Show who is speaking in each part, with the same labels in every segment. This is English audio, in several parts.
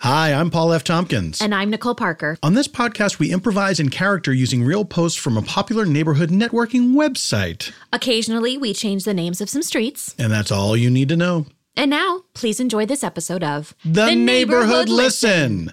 Speaker 1: Hi, I'm Paul F. Tompkins.
Speaker 2: And I'm Nicole Parker.
Speaker 1: on this podcast, we improvise in character using real posts from a popular neighborhood networking website.
Speaker 2: Occasionally, we change the names of some streets.
Speaker 1: And that's all you need to know.
Speaker 2: And now, please enjoy this episode of
Speaker 1: The, Neighborhood, Listen.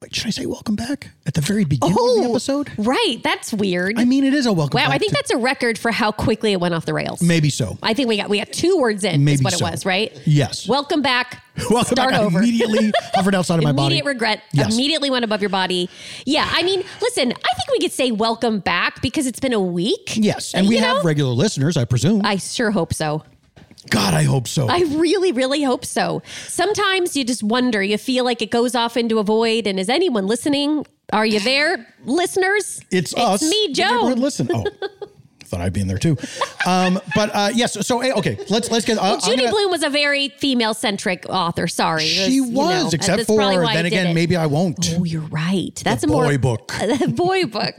Speaker 3: Wait, should I say welcome back at the very beginning of the episode?
Speaker 4: Right. That's weird.
Speaker 3: I mean, it is a welcome.
Speaker 4: Oh. wow.
Speaker 3: back
Speaker 4: I think
Speaker 3: to-
Speaker 4: that's a record for how quickly it went off the rails.
Speaker 3: maybe so.
Speaker 4: I think we got we got two words in.
Speaker 3: Maybe
Speaker 4: is what
Speaker 3: so.
Speaker 4: it was, right?
Speaker 3: Yes.
Speaker 4: Welcome back.
Speaker 3: welcome
Speaker 4: Start
Speaker 3: back. I
Speaker 4: over.
Speaker 3: Immediately hovered outside of my body.
Speaker 4: Immediate regret
Speaker 3: Yes.
Speaker 4: immediately went above your body. Yeah, I mean, listen, I think we could say welcome back because it's been a week.
Speaker 3: Yes, and we
Speaker 4: You
Speaker 3: have
Speaker 4: know?
Speaker 3: regular listeners, I presume.
Speaker 4: I sure hope so.
Speaker 3: God, I hope so.
Speaker 4: I really, really hope so. Sometimes you just wonder, you feel like it goes off into a void, and is anyone listening? Are you there, listeners?
Speaker 3: it's us.
Speaker 4: me,
Speaker 3: the
Speaker 4: Joan.
Speaker 3: neighborhood Listen. Oh, thought I'd be in there too. Um, but uh, yes. So hey, okay, let's let's get. uh,
Speaker 4: Well,
Speaker 3: I'm
Speaker 4: Judy
Speaker 3: gonna-
Speaker 4: Bloom was a very female centric author. Sorry.
Speaker 3: She was,
Speaker 4: It you know, and
Speaker 3: except
Speaker 4: that's probably
Speaker 3: for
Speaker 4: why I
Speaker 3: then
Speaker 4: did
Speaker 3: again,
Speaker 4: it.
Speaker 3: maybe I won't.
Speaker 4: Oh, you're right. That's a
Speaker 3: boy
Speaker 4: more
Speaker 3: book.
Speaker 4: the boy book.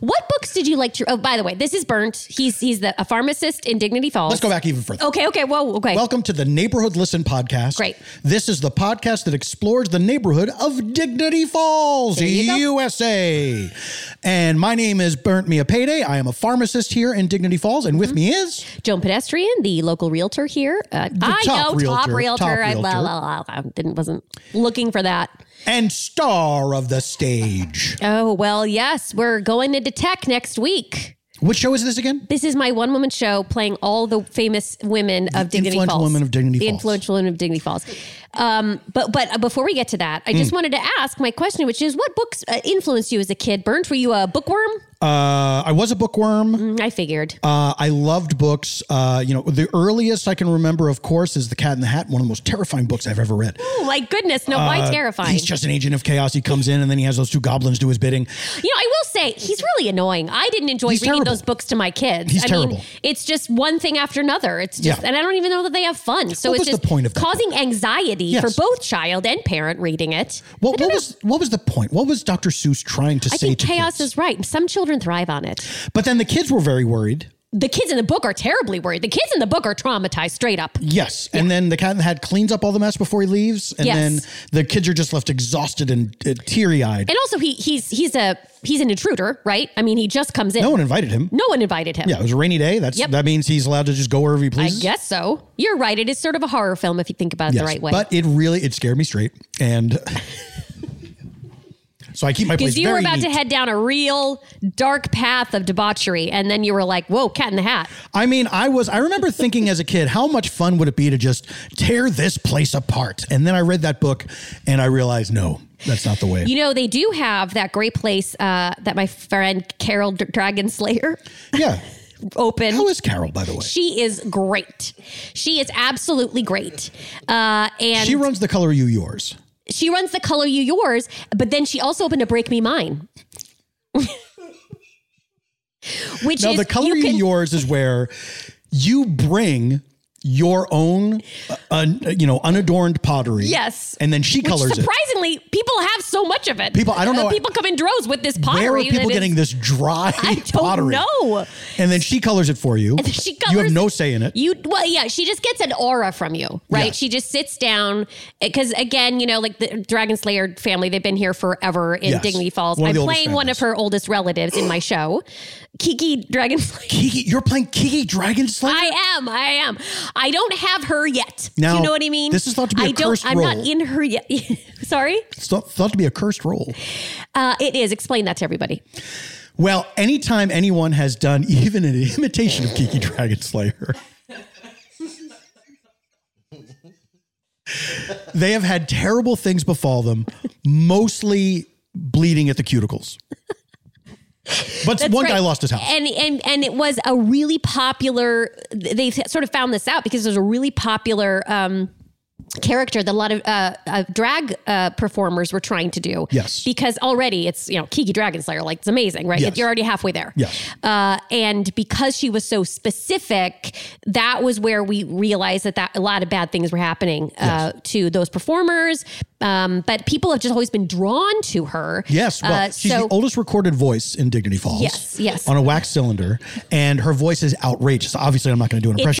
Speaker 4: what books did you like to? Oh, by the way, this is Burnt. He's he's the, a pharmacist in Dignity Falls.
Speaker 3: Let's go back even further.
Speaker 4: Okay, okay, whoa, okay.
Speaker 3: Welcome to the Neighborhood Listen podcast.
Speaker 4: Great.
Speaker 3: This is the podcast that explores the neighborhood of Dignity Falls,
Speaker 4: you go.
Speaker 3: USA. And my name is Burnt Mia Payday. I am a pharmacist here in Dignity Falls, and
Speaker 4: Mm-hmm.
Speaker 3: with me is
Speaker 4: Joan Pedestrian, the local realtor here. Uh, I
Speaker 3: top
Speaker 4: know, top
Speaker 3: realtor,
Speaker 4: realtor.
Speaker 3: top
Speaker 4: I,
Speaker 3: realtor.
Speaker 4: la, la, la, I didn't wasn't looking for that.
Speaker 3: and star of the stage.
Speaker 4: Oh well, yes, we're going into tech next week.
Speaker 3: What show is this again?
Speaker 4: This is my one woman show playing all the famous women of Dignity
Speaker 3: influential
Speaker 4: Falls.
Speaker 3: women of Dignity
Speaker 4: the
Speaker 3: Falls.
Speaker 4: influential women of Dignity Falls. Um, but but before we get to that, I
Speaker 3: Hmm.
Speaker 4: just wanted to ask my question, which is, what books uh, influenced you as a kid? Burnt, were you a bookworm?
Speaker 3: Uh, I was a bookworm.
Speaker 4: Mm, I figured.
Speaker 3: Uh, I loved books. Uh, you know, the earliest I can remember, of course, is The Cat in the Hat, one of the most terrifying books I've ever read.
Speaker 4: oh my goodness, no, why terrifying?
Speaker 3: uh, He's just an agent of chaos. He comes in and then he has those two goblins do his bidding.
Speaker 4: you know, I will say he's really annoying. I didn't enjoy
Speaker 3: He's
Speaker 4: reading
Speaker 3: terrible.
Speaker 4: those books to my kids.
Speaker 3: He's
Speaker 4: I
Speaker 3: terrible.
Speaker 4: mean, it's just one thing after another. It's just,
Speaker 3: Yeah.
Speaker 4: and I don't even know that they have fun. So
Speaker 3: What
Speaker 4: it's
Speaker 3: was
Speaker 4: just
Speaker 3: the point of that
Speaker 4: causing anxiety
Speaker 3: Yes.
Speaker 4: for both child and parent reading it.
Speaker 3: What, what was what was the point? What was Dr. Seuss trying to
Speaker 4: I
Speaker 3: say
Speaker 4: think
Speaker 3: to
Speaker 4: chaos
Speaker 3: kids?
Speaker 4: is right. Some children thrive on it.
Speaker 3: But then the kids were very worried.
Speaker 4: The kids in the book are terribly worried. The kids in the book are traumatized straight up.
Speaker 3: Yes, and then the cat in the hat cleans up all the mess before he leaves, and
Speaker 4: Yes.
Speaker 3: then the kids are just left exhausted and uh, teary eyed.
Speaker 4: And also he he's he's a he's an intruder, right? I mean, he just comes in.
Speaker 3: No one invited him.
Speaker 4: No one invited him.
Speaker 3: Yeah, it was a rainy day. That's
Speaker 4: Yep.
Speaker 3: that means he's allowed to just go wherever he
Speaker 4: I
Speaker 3: pleases.
Speaker 4: guess so. You're right. It is sort of a horror film if you think about it
Speaker 3: Yes,
Speaker 4: the right way.
Speaker 3: But it really it scared me straight, and so I keep my place
Speaker 4: because you were
Speaker 3: very
Speaker 4: about
Speaker 3: neat.
Speaker 4: to head down a real dark path of debauchery, and then you were like, "Whoa, Cat in the Hat!"
Speaker 3: I mean, I was, I remember thinking as a kid, how much fun would it be to just tear this place apart? And then I read that book and I realized, no, that's not the way.
Speaker 4: You know, they do have that great place uh, that my friend Carol D- Dragon Slayer
Speaker 3: yeah.
Speaker 4: opened.
Speaker 3: How is Carol, by the way?
Speaker 4: She is great. She is absolutely great. Uh, and
Speaker 3: She runs The Color You Yours.
Speaker 4: she runs the color you yours, but then she also opened a break me mine. Which
Speaker 3: Now,
Speaker 4: is
Speaker 3: The Color You,
Speaker 4: you can,
Speaker 3: Yours is where you bring your own, uh, un, you know, unadorned pottery.
Speaker 4: Yes.
Speaker 3: And then she
Speaker 4: which
Speaker 3: colors it.
Speaker 4: surprisingly, people have so much of it.
Speaker 3: People- I don't
Speaker 4: Uh,
Speaker 3: know-
Speaker 4: People come in droves with this pottery.
Speaker 3: Where are people
Speaker 4: that is-
Speaker 3: getting this dry
Speaker 4: I don't
Speaker 3: pottery?
Speaker 4: know.
Speaker 3: And then she colors it for you.
Speaker 4: She
Speaker 3: you
Speaker 4: colors-
Speaker 3: have no say in it.
Speaker 4: You well, yeah. She just gets an aura from you, right?
Speaker 3: Yes.
Speaker 4: She just sits down because, again, you know, like the Dragon Slayer family, they've been here forever in
Speaker 3: Yes.
Speaker 4: Dignity Falls.
Speaker 3: One of
Speaker 4: I'm
Speaker 3: the oldest
Speaker 4: playing one
Speaker 3: families.
Speaker 4: of her oldest relatives in my show, Kiki Dragonfly.
Speaker 3: Kiki, you're playing Kiki Dragon Slayer?
Speaker 4: I am. I am. I don't have her yet. Do
Speaker 3: Now,
Speaker 4: you know what I mean?
Speaker 3: this is thought to be
Speaker 4: I
Speaker 3: a
Speaker 4: I
Speaker 3: cursed
Speaker 4: don't. I'm not
Speaker 3: role.
Speaker 4: in her yet. Sorry.
Speaker 3: it's thought, thought to be a cursed role.
Speaker 4: Uh, it is. Explain that to everybody.
Speaker 3: Well, anytime anyone has done even an imitation of Kiki Dragon Slayer, they have had terrible things befall them, mostly bleeding at the cuticles. But one
Speaker 4: right.
Speaker 3: guy lost his house.
Speaker 4: And and and it was a really popular. They sort of found this out because there's a really popular. Um, character that a lot of uh, uh, drag uh, performers were trying to do
Speaker 3: Yes.
Speaker 4: because already it's you know kiki dragon slayer like it's amazing right
Speaker 3: Yes.
Speaker 4: you're already halfway there
Speaker 3: Yes.
Speaker 4: uh, and because she was so specific that was where we realized that, that a lot of bad things were happening uh, to those performers um, but people have just always been drawn to her
Speaker 3: Yes, well,
Speaker 4: Uh,
Speaker 3: she's
Speaker 4: so-
Speaker 3: the oldest recorded voice in Dignity Falls.
Speaker 4: Yes, yes.
Speaker 3: On a wax cylinder, and her voice is outrageous. Obviously, I'm not going to do an impression.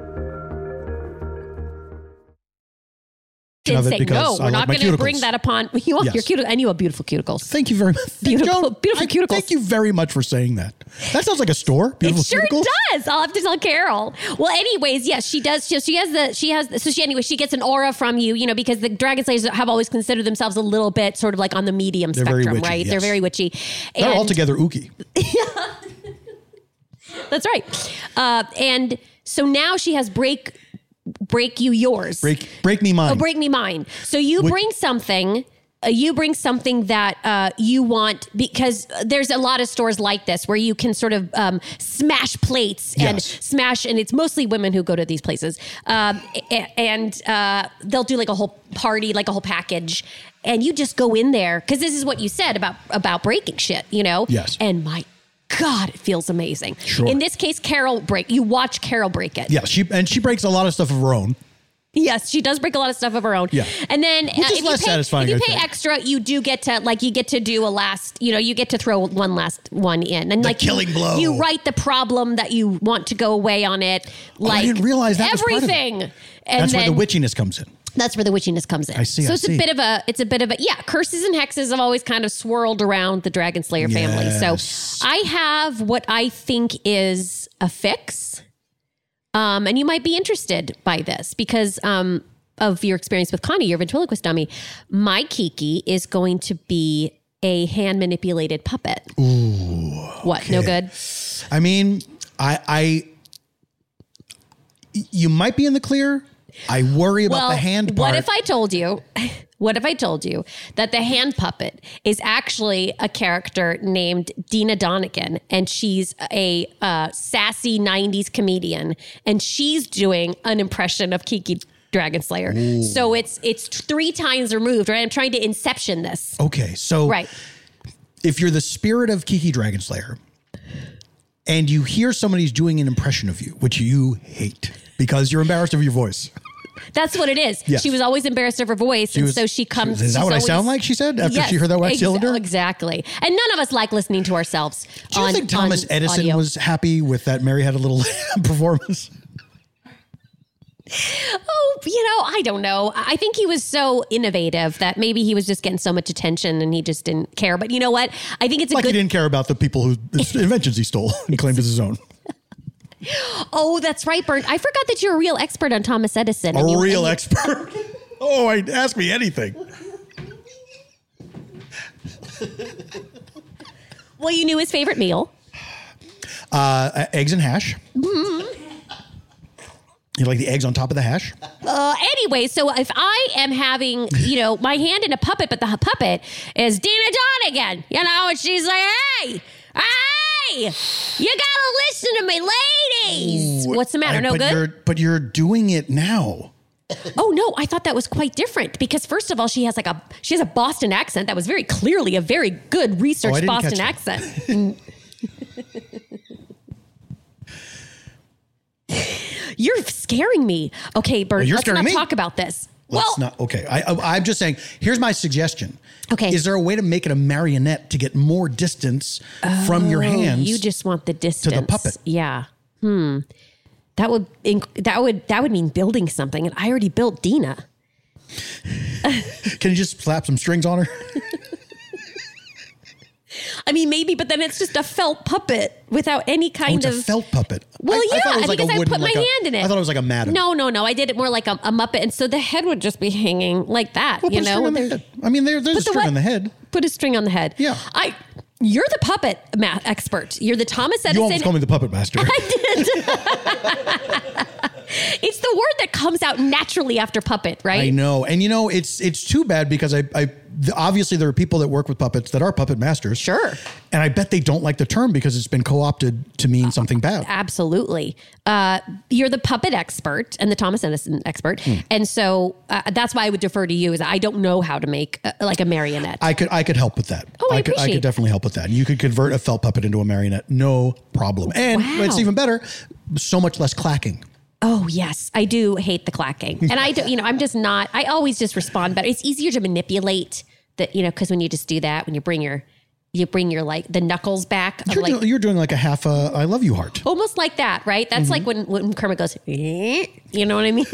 Speaker 4: did
Speaker 3: of it
Speaker 4: say
Speaker 3: because
Speaker 4: no.
Speaker 3: I
Speaker 4: We're
Speaker 3: like
Speaker 4: not
Speaker 3: my
Speaker 4: going to
Speaker 3: cuticles."
Speaker 4: bring that upon you. want
Speaker 3: Yes.
Speaker 4: Your cuticles, and you have beautiful cuticles.
Speaker 3: Thank you very much.
Speaker 4: Beautiful-
Speaker 3: Joan,
Speaker 4: beautiful
Speaker 3: I
Speaker 4: cuticles.
Speaker 3: Thank you very much for saying that. That sounds like a store. Beautiful
Speaker 4: it sure
Speaker 3: cuticles.
Speaker 4: does. I'll have to tell Carol. Well, anyways, yes, she does. She, she has the she has so she anyway she gets an aura from you, you know, because the dragon slayers have always considered themselves a little bit sort of like on the medium
Speaker 3: They're very
Speaker 4: spectrum,
Speaker 3: witchy,
Speaker 4: right? They're
Speaker 3: yes.
Speaker 4: very witchy.
Speaker 3: They're
Speaker 4: And-
Speaker 3: altogether ooky.
Speaker 4: That's right. Uh, and so now she has break break you yours.
Speaker 3: Break, break me mine.
Speaker 4: Oh, break me mine. So you
Speaker 3: Would-
Speaker 4: bring something. Uh, you bring something that uh, you want because there's a lot of stores like this where you can sort of um, smash plates and
Speaker 3: Yes.
Speaker 4: smash, and it's mostly women who go to these places, um, a- and uh, they'll do like a whole party, like a whole package, and you just go in there because this is what you said about about breaking shit, you know?
Speaker 3: Yes.
Speaker 4: And my God, it feels amazing.
Speaker 3: Sure.
Speaker 4: In this case, Carol break. You watch Carol break it.
Speaker 3: Yeah, she and she breaks a lot of stuff of her own.
Speaker 4: Yes, she does break a lot of stuff of her own.
Speaker 3: Yeah.
Speaker 4: and then uh,
Speaker 3: is
Speaker 4: if you
Speaker 3: less
Speaker 4: pay,
Speaker 3: satisfying,
Speaker 4: If
Speaker 3: I
Speaker 4: you pay
Speaker 3: think.
Speaker 4: extra, you do get to like you get to do a last. You know, you get to throw one last one in, and
Speaker 3: The
Speaker 4: like
Speaker 3: killing blow.
Speaker 4: You write the problem that you want to go away on it. Like
Speaker 3: Oh, didn't realize that was part of it.
Speaker 4: everything. And
Speaker 3: That's
Speaker 4: then,
Speaker 3: where the witchiness comes in.
Speaker 4: That's where the witchiness comes in.
Speaker 3: I see,
Speaker 4: So
Speaker 3: I
Speaker 4: it's
Speaker 3: see.
Speaker 4: a bit of a. It's a bit of a. Yeah, curses and hexes have always kind of swirled around the Dragon Slayer family.
Speaker 3: Yes.
Speaker 4: So I have what I think is a fix, um, and you might be interested by this because um, of your experience with Connie, your ventriloquist dummy. My Kiki is going to be a hand manipulated puppet. Ooh, what? No good.
Speaker 3: I mean, I, I, you might be in the clear. I worry about the hand part.
Speaker 4: What if I told you? What if I told you that the hand puppet is actually a character named Dina Donigan, and she's a uh, sassy '90s comedian, and she's doing an impression of Kiki Dragon Slayer. So it's it's three times removed. Right? I'm trying to inception this.
Speaker 3: Okay, so
Speaker 4: Right.
Speaker 3: if you're the spirit of Kiki Dragon Slayer and you hear somebody's doing an impression of you, which you hate because you're embarrassed of your voice.
Speaker 4: That's what it is.
Speaker 3: Yes.
Speaker 4: She was always embarrassed of her voice, and
Speaker 3: was-
Speaker 4: so she comes.
Speaker 3: Is that
Speaker 4: she's
Speaker 3: what I
Speaker 4: always-
Speaker 3: sound like? She said after
Speaker 4: Yes,
Speaker 3: she heard that wax
Speaker 4: ex-
Speaker 3: cylinder.
Speaker 4: Exactly. And none of us like listening to ourselves.
Speaker 3: Do you
Speaker 4: on-
Speaker 3: think Thomas
Speaker 4: on
Speaker 3: Edison
Speaker 4: audio.
Speaker 3: was happy with that? Mary had a little performance.
Speaker 4: Oh, you know, I don't know. I I think he was so innovative that maybe he was just getting so much attention and he just didn't care. But you know what? I think it's a
Speaker 3: Like he
Speaker 4: good.
Speaker 3: didn't care about the people who the inventions he stole and claimed as his own.
Speaker 4: Oh, that's right, Bernd. I forgot that you're a real expert on Thomas Edison.
Speaker 3: A
Speaker 4: and you-
Speaker 3: real
Speaker 4: and you-
Speaker 3: expert. oh, I, ask me anything.
Speaker 4: Well, you knew his favorite meal.
Speaker 3: Uh, eggs and hash.
Speaker 4: Mm-hmm.
Speaker 3: You like the eggs on top of the hash?
Speaker 4: Uh, anyway, so if I am having, you know, my hand in a puppet, but the hu- puppet is Dina Donigan, you know, and she's like, hey, hey, you gotta listen to me, ladies. What's the matter?
Speaker 3: Right,
Speaker 4: no
Speaker 3: but
Speaker 4: good.
Speaker 3: You're, but you're doing it now.
Speaker 4: Oh no, I thought that was quite different because first of all, she has like a she has a Boston accent that was very clearly a very good
Speaker 3: Oh, I
Speaker 4: researched
Speaker 3: didn't catch
Speaker 4: Boston
Speaker 3: that.
Speaker 4: accent. You're scaring me. Okay, Bert,
Speaker 3: Well, Oh, you're
Speaker 4: let's
Speaker 3: scaring
Speaker 4: not
Speaker 3: me.
Speaker 4: talk about this.
Speaker 3: Let's
Speaker 4: well,
Speaker 3: not. Okay, I, I, I'm just saying. Here's my suggestion.
Speaker 4: Okay.
Speaker 3: is there a way to make it a marionette to get more distance from your hands?
Speaker 4: Oh, you just want the distance
Speaker 3: puppet.
Speaker 4: Yeah. Hmm. That would inc- that would that would mean building something, and I already built Dina.
Speaker 3: can you just slap some strings on her?
Speaker 4: I mean, maybe, but then it's just a felt puppet without any
Speaker 3: Oh,
Speaker 4: kind
Speaker 3: it's a
Speaker 4: of
Speaker 3: felt puppet.
Speaker 4: Well,
Speaker 3: I,
Speaker 4: yeah,
Speaker 3: I thought it was like a
Speaker 4: because
Speaker 3: wooden,
Speaker 4: I put
Speaker 3: like
Speaker 4: my
Speaker 3: a-
Speaker 4: hand in it.
Speaker 3: I thought it was like a madam.
Speaker 4: No, no, no. I did it more like a, a Muppet, and so the head would just be hanging like that.
Speaker 3: Well, put
Speaker 4: you
Speaker 3: a string
Speaker 4: know,
Speaker 3: on the head. I mean, there, there's a
Speaker 4: Put the
Speaker 3: string
Speaker 4: what?
Speaker 3: on the head.
Speaker 4: put a string on the head.
Speaker 3: Yeah.
Speaker 4: I. You're the puppet math expert. You're the Thomas
Speaker 3: You
Speaker 4: Edison.
Speaker 3: almost call me the puppet master.
Speaker 4: it's the word that comes out naturally after puppet, right?
Speaker 3: I know, and you know, it's it's too bad because I, I the, obviously there are people that work with puppets that are puppet masters.
Speaker 4: Sure.
Speaker 3: and I bet they don't like the term because it's been co-opted to
Speaker 4: Uh,
Speaker 3: mean something bad.
Speaker 4: Absolutely. Uh, you're the puppet expert and the Thomas Edison expert.
Speaker 3: Hmm.
Speaker 4: And so uh, that's why I would defer to you is I don't know how to make uh, like a marionette.
Speaker 3: I could I could help with that.
Speaker 4: Oh, I
Speaker 3: could I
Speaker 4: appreciate
Speaker 3: could definitely help with that. You could convert a felt puppet into a marionette, no problem. And
Speaker 4: Wow.
Speaker 3: it's even better, so much less clacking.
Speaker 4: oh yes, I do hate the clacking. And I do, you know, I'm just not, I always just respond better. It's easier to manipulate that, you know, cause when you just do that, when you bring your, you bring your like the knuckles back of
Speaker 3: You're,
Speaker 4: like,
Speaker 3: doing, you're doing like a half a I love you heart.
Speaker 4: almost like that, right? That's like when,
Speaker 3: Mm-hmm.
Speaker 4: when Kermit goes, "Eh," you know what I mean?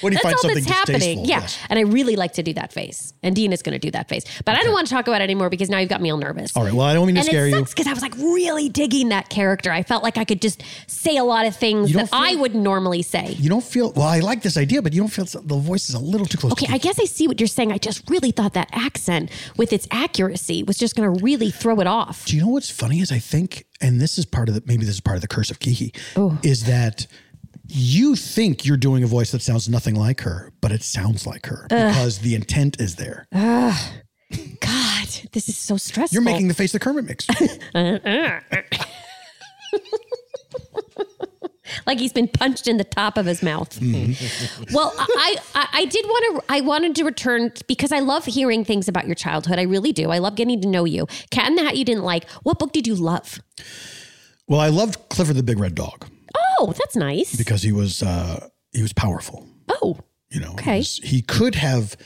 Speaker 3: When you
Speaker 4: That's
Speaker 3: find
Speaker 4: all
Speaker 3: something
Speaker 4: that's happening.
Speaker 3: distasteful,
Speaker 4: Yeah.
Speaker 3: yes.
Speaker 4: And I really like to do that face. And Dean is going to do that face. But I don't want to talk about it anymore because now you've got me all nervous.
Speaker 3: All right. Well, I don't mean to
Speaker 4: and
Speaker 3: scare
Speaker 4: it
Speaker 3: you.
Speaker 4: sucks because I was like really digging that character. I felt like I could just say a lot of things
Speaker 3: You
Speaker 4: that
Speaker 3: don't feel-
Speaker 4: I would normally say.
Speaker 3: You don't feel well. I like this idea, but you don't feel the voice is a little too close.
Speaker 4: Okay,
Speaker 3: to
Speaker 4: I guess I see what you're saying. I just really thought that accent with its accuracy was just going to really throw it off.
Speaker 3: Do you know what's funny is I think, and this is part of the maybe this is part of the curse of Kiki,
Speaker 4: Oh.
Speaker 3: is that you think you're doing a voice that sounds nothing like her, but it sounds like her because the intent is there.
Speaker 4: God, this is so stressful.
Speaker 3: You're making the face the Kermit makes.
Speaker 4: like he's been punched in the top of his mouth.
Speaker 3: Mm-hmm.
Speaker 4: well, I, I I did want to I wanted to return because I love hearing things about your childhood. I really do. I love getting to know you. Cat in the Hat you didn't like. What book did you love?
Speaker 3: well, I loved Clifford the Big Red Dog
Speaker 4: Oh, that's nice.
Speaker 3: because he was uh, he was powerful.
Speaker 4: Oh,
Speaker 3: You know,
Speaker 4: Okay.
Speaker 3: he, was- he could have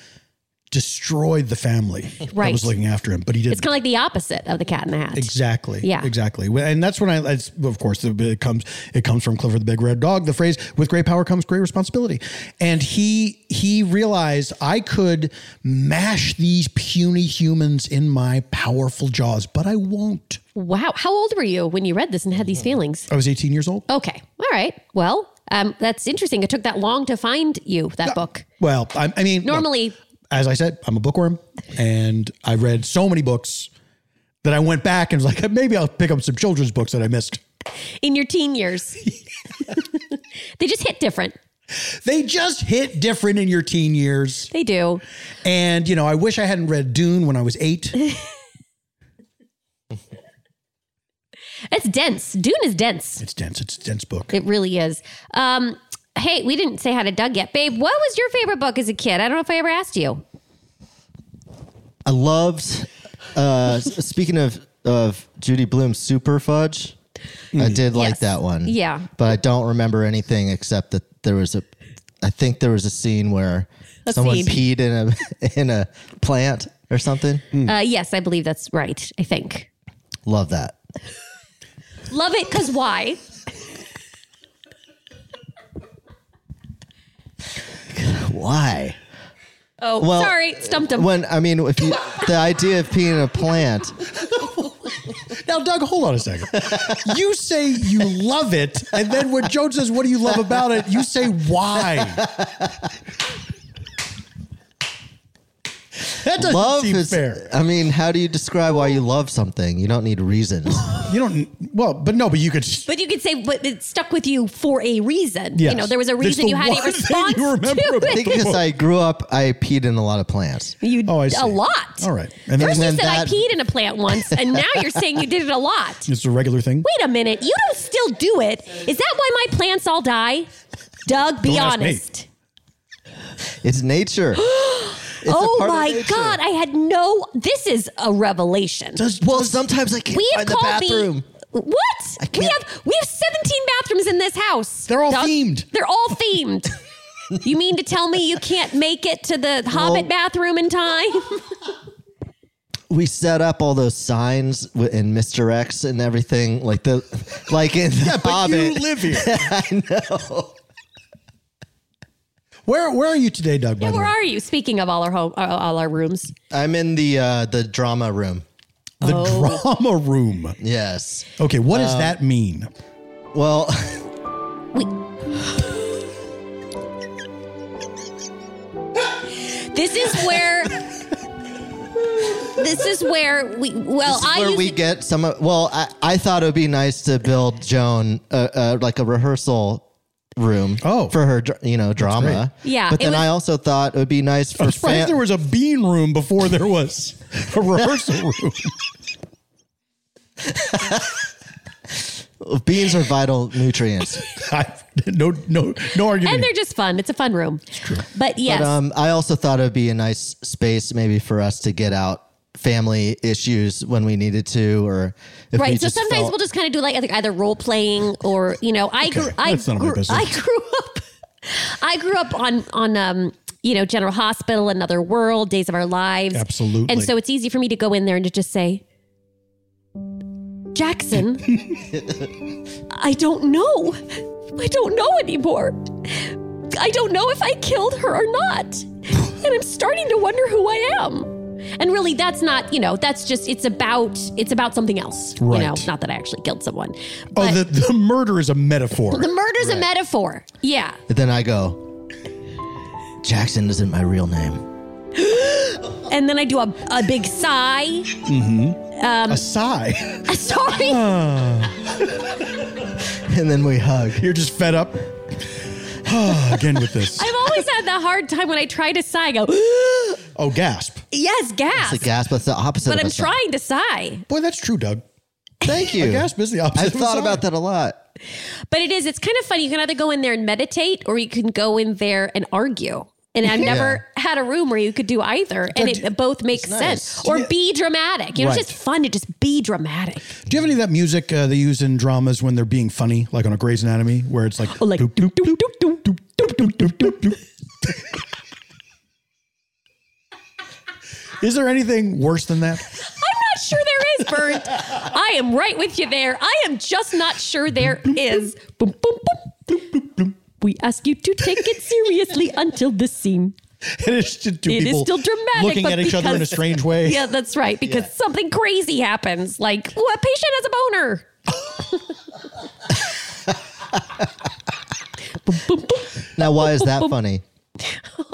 Speaker 3: destroyed the family that
Speaker 4: Right.
Speaker 3: was looking after him, but he didn't.
Speaker 4: it's kind of like the opposite of the Cat in the Hat.
Speaker 3: Exactly.
Speaker 4: Yeah.
Speaker 3: Exactly. Well, And that's when I, that's, of course, it comes, it comes from Clifford the Big Red Dog. The phrase, with great power comes great responsibility. And he, he realized I could mash these puny humans in my powerful jaws, but I won't.
Speaker 4: Wow. How old were you when you read this and had
Speaker 3: Mm-hmm.
Speaker 4: these feelings?
Speaker 3: I was 18 years old.
Speaker 4: Okay. All right. Well, um, that's interesting. It took that long to find you that book.
Speaker 3: Well, I, I mean, look,
Speaker 4: Normally,
Speaker 3: as I said, I'm a bookworm and I read so many books that I went back and was like, maybe I'll pick up some children's books that I missed.
Speaker 4: in your teen years, they just hit different.
Speaker 3: They just hit different in your teen years.
Speaker 4: They do.
Speaker 3: And you know, I wish I hadn't read Dune when I was eight.
Speaker 4: It's dense. Dune is dense.
Speaker 3: it's dense. It's a dense book.
Speaker 4: It really is. Um, hey, we didn't say hi to Doug yet. Babe, what was your favorite book as a kid? I don't know if I ever asked you.
Speaker 5: I loved. Uh, s- speaking of of Judy Bloom Super Fudge, I did like
Speaker 4: Yes.
Speaker 5: that one.
Speaker 4: Yeah.
Speaker 5: but I don't remember anything except that there was a. I think there was a scene where
Speaker 4: A
Speaker 5: someone
Speaker 4: scene.
Speaker 5: peed in a in a plant or something.
Speaker 3: Hmm.
Speaker 4: Uh, yes, I believe that's right. I think.
Speaker 5: Love that.
Speaker 4: Love it because why?
Speaker 5: Why?
Speaker 4: Oh,
Speaker 5: Well,
Speaker 4: sorry. Stumped him.
Speaker 5: When I mean, if you the idea of peeing in a plant,
Speaker 3: Now, Doug, hold on a second. you say you love it, and then when Joan says, "What do you love about it?" you say, "Why?" That doesn't
Speaker 5: love
Speaker 3: seem
Speaker 5: is.
Speaker 3: fair.
Speaker 5: I mean, how do you describe why you love something? You don't need reasons.
Speaker 3: You don't. Well, but no, but you could.
Speaker 4: But you could say, but it stuck with you for a reason.
Speaker 3: Yes.
Speaker 4: You know, there was a
Speaker 3: That's
Speaker 4: reason
Speaker 3: the
Speaker 4: you had
Speaker 3: one
Speaker 4: a
Speaker 3: thing
Speaker 4: response
Speaker 3: you remember
Speaker 4: to
Speaker 3: about
Speaker 5: I
Speaker 4: it.
Speaker 5: think because I grew up, I peed in a lot of plants.
Speaker 4: You
Speaker 3: Oh, I see.
Speaker 4: a lot.
Speaker 3: All right, and then,
Speaker 4: First
Speaker 5: then
Speaker 4: you said I
Speaker 5: that-
Speaker 4: peed in a plant once, and now you're saying you did it a lot.
Speaker 3: it's a regular thing.
Speaker 4: Wait a minute, you don't still do it. Is that why my plants all die? Doug, be
Speaker 3: Don't ask me.
Speaker 4: honest.
Speaker 5: It's nature.
Speaker 4: oh
Speaker 5: part of
Speaker 4: my
Speaker 5: nature.
Speaker 4: God, I had no. This is a revelation.
Speaker 5: well, sometimes I can't
Speaker 4: we have
Speaker 5: find the
Speaker 4: called
Speaker 5: bathroom.
Speaker 4: me. What? We
Speaker 5: can't-
Speaker 4: have we have 17 bathrooms in this house.
Speaker 3: They're all
Speaker 4: Doug-
Speaker 3: themed.
Speaker 4: They're all themed. you mean to tell me you can't make it to the Hobbit bathroom in time?
Speaker 5: we set up all those signs wi- and Mr. X and everything, like the like in the
Speaker 3: but
Speaker 5: Hobbit.
Speaker 3: you live here. I know. Where where are you today, Doug? by the
Speaker 4: Where
Speaker 3: way?
Speaker 4: are you? Speaking of all our home, all- all our rooms.
Speaker 5: I'm in the uh, the drama room.
Speaker 3: the drama room.
Speaker 5: Yes.
Speaker 3: Okay, what
Speaker 4: Uh,
Speaker 3: does that mean?
Speaker 5: Well,
Speaker 4: This is where. this is where we. Well, I
Speaker 5: where
Speaker 4: used
Speaker 5: we
Speaker 4: to-
Speaker 5: get some. of- Well, I, I thought it would be nice to build Joan uh, uh, like a rehearsal room.
Speaker 3: Oh.
Speaker 5: for her, dr- you know, drama.
Speaker 4: Yeah,
Speaker 5: But
Speaker 4: it
Speaker 5: then
Speaker 4: was-
Speaker 5: I also thought it would be nice for
Speaker 3: I'm surprised
Speaker 5: fam-
Speaker 3: there was a bean room before there was a rehearsal room.
Speaker 5: beans are vital nutrients.
Speaker 3: I, no no no argument.
Speaker 4: and
Speaker 3: here.
Speaker 4: they're just fun. It's a fun room. But yes,
Speaker 5: But um, I also thought it would be a nice space maybe for us to get out family issues when we needed to, or if we
Speaker 4: right. So
Speaker 5: just
Speaker 4: sometimes
Speaker 5: felt-
Speaker 4: we'll just kind of do like I think either role playing or you know I grew I
Speaker 3: that's none of my
Speaker 4: grew,
Speaker 3: business.
Speaker 4: I grew up I grew up on on um you know General Hospital, Another World, Days of Our Lives,
Speaker 3: Absolutely.
Speaker 4: And so it's easy for me to go in there and to just say, Jackson, I don't know. I don't know anymore. I don't know if I killed her or not. And I'm starting to wonder who I am. And really that's not, you know, that's just it's about it's about something else.
Speaker 3: Right.
Speaker 4: You know, not that I actually killed someone.
Speaker 3: oh,
Speaker 4: But
Speaker 3: the, the murder is a metaphor.
Speaker 4: the murder's a metaphor. Yeah.
Speaker 5: then I go, Jackson isn't my real name.
Speaker 4: And then I do a, a big sigh.
Speaker 3: a sigh.
Speaker 4: Sorry. Uh.
Speaker 5: And then we hug.
Speaker 3: You're just fed up. Again with this.
Speaker 4: I've always had that hard time when I try to sigh, I go,
Speaker 3: Oh, gasp.
Speaker 4: yes, gas.
Speaker 5: It's a gasp. That's the opposite.
Speaker 4: but
Speaker 5: of
Speaker 4: I'm
Speaker 5: a sigh.
Speaker 4: trying to sigh.
Speaker 3: Boy, that's true, Doug.
Speaker 5: Thank you.
Speaker 3: A gasp is the opposite.
Speaker 5: I've
Speaker 3: of a
Speaker 5: thought
Speaker 3: sigh.
Speaker 5: about that a lot.
Speaker 4: But it is, it's kind of funny. You can either go in there and meditate or you can go in there and argue. And I've never had a room where you could do either. And it uh, both makes sense. Or be dramatic. You know,
Speaker 3: Right.
Speaker 4: it's just fun to just be dramatic.
Speaker 3: Do you have any of that music uh, they use in dramas when they're being funny, like on a Grey's Anatomy, where it's like,
Speaker 4: Oh, like,
Speaker 3: doop, doop, doop, doop, doop, doop, doop, doop, doop, doop. Is there anything worse than that?
Speaker 4: Not sure there is, Bert. I am right with you there. I am just not sure there is. Boom, boom, boom. We ask you to take it seriously until this scene.
Speaker 3: it is just two
Speaker 4: It is
Speaker 3: people
Speaker 4: still dramatic,
Speaker 3: looking
Speaker 4: but
Speaker 3: at each other in a
Speaker 4: because-
Speaker 3: strange way.
Speaker 4: Yeah, that's right. Because something crazy happens. Like, well, a patient has a boner. Boom, boom, boom.
Speaker 5: Now, why is that funny?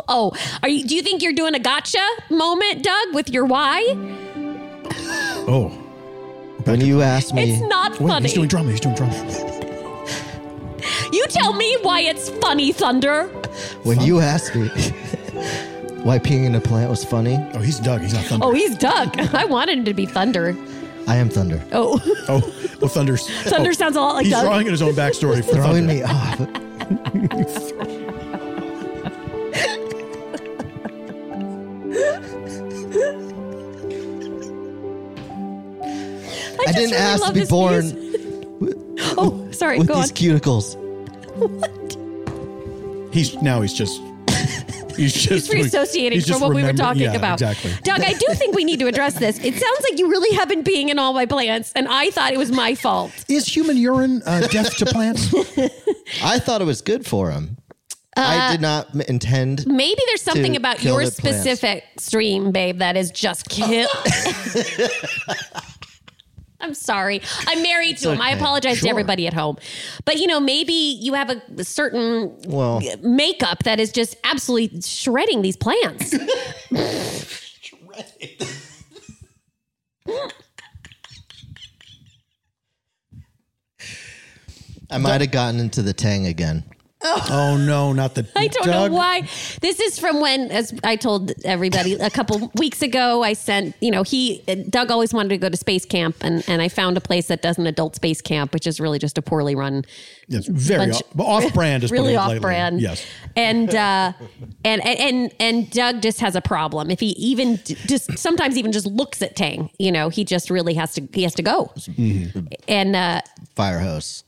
Speaker 4: Oh, are you? Do you think you're doing a gotcha moment, Doug, with your why?
Speaker 3: Oh,
Speaker 5: When you asked me,
Speaker 4: It's not
Speaker 3: wait,
Speaker 4: funny.
Speaker 3: he's doing drama. He's doing drama.
Speaker 4: you tell me why it's funny, Thunder.
Speaker 5: when you asked me why peeing in a plant was funny,
Speaker 3: Oh, he's Doug. He's not Thunder.
Speaker 4: Oh, he's Doug. I wanted him to be Thunder.
Speaker 5: I am thunder.
Speaker 4: Oh,
Speaker 3: Oh, well, Thunder's.
Speaker 4: Thunder
Speaker 3: oh,
Speaker 4: sounds a lot like
Speaker 3: He's
Speaker 4: Doug.
Speaker 3: drawing in his own backstory for Thunder.
Speaker 5: Throwing me off.
Speaker 4: I,
Speaker 5: I
Speaker 4: just
Speaker 5: didn't
Speaker 4: really
Speaker 5: ask
Speaker 4: love
Speaker 5: to be
Speaker 4: this
Speaker 5: born
Speaker 4: piece. Oh, sorry.
Speaker 5: with
Speaker 4: Go on.
Speaker 5: these cuticles.
Speaker 3: He's now he's just he's just
Speaker 4: Free associating
Speaker 3: he's
Speaker 4: from
Speaker 3: just
Speaker 4: what we were
Speaker 3: remember-
Speaker 4: talking
Speaker 3: yeah,
Speaker 4: about.
Speaker 3: Exactly.
Speaker 4: Doug, I do think we need to address this. It sounds like you really have been being in all my plants, and I thought it was my fault.
Speaker 3: Is human urine uh, death to plants?
Speaker 5: I thought it was good for him.
Speaker 4: Uh,
Speaker 5: I did not m- intend.
Speaker 4: Maybe there's something
Speaker 5: To
Speaker 4: about
Speaker 5: kill
Speaker 4: your
Speaker 5: the plants.
Speaker 4: specific stream, babe, that is just kill. I'm sorry. I'm married to him. I apologize to everybody at home. But you know, maybe you have a, a certain
Speaker 5: Well,
Speaker 4: makeup that is just absolutely shredding these plants.
Speaker 5: I might have gotten into the tang again.
Speaker 3: Oh no, not the.
Speaker 4: I don't
Speaker 3: Doug.
Speaker 4: know why. This is from when, as I told everybody a couple weeks ago, I sent, you know, he, Doug always wanted to go to space camp, and, and I found a place that does an adult space camp, which is really just a poorly run
Speaker 3: Yes, very
Speaker 4: bunch-
Speaker 3: off, off-brand. Is putting
Speaker 4: really
Speaker 3: it
Speaker 4: off
Speaker 3: lightly.
Speaker 4: brand.
Speaker 3: Yes.
Speaker 4: And, uh, and, and, and Doug just has a problem. If he even d- just sometimes even just looks at Tang, you know, he just really has to, he has to go.
Speaker 3: Mm-hmm.
Speaker 4: And, uh,
Speaker 5: Fire hose.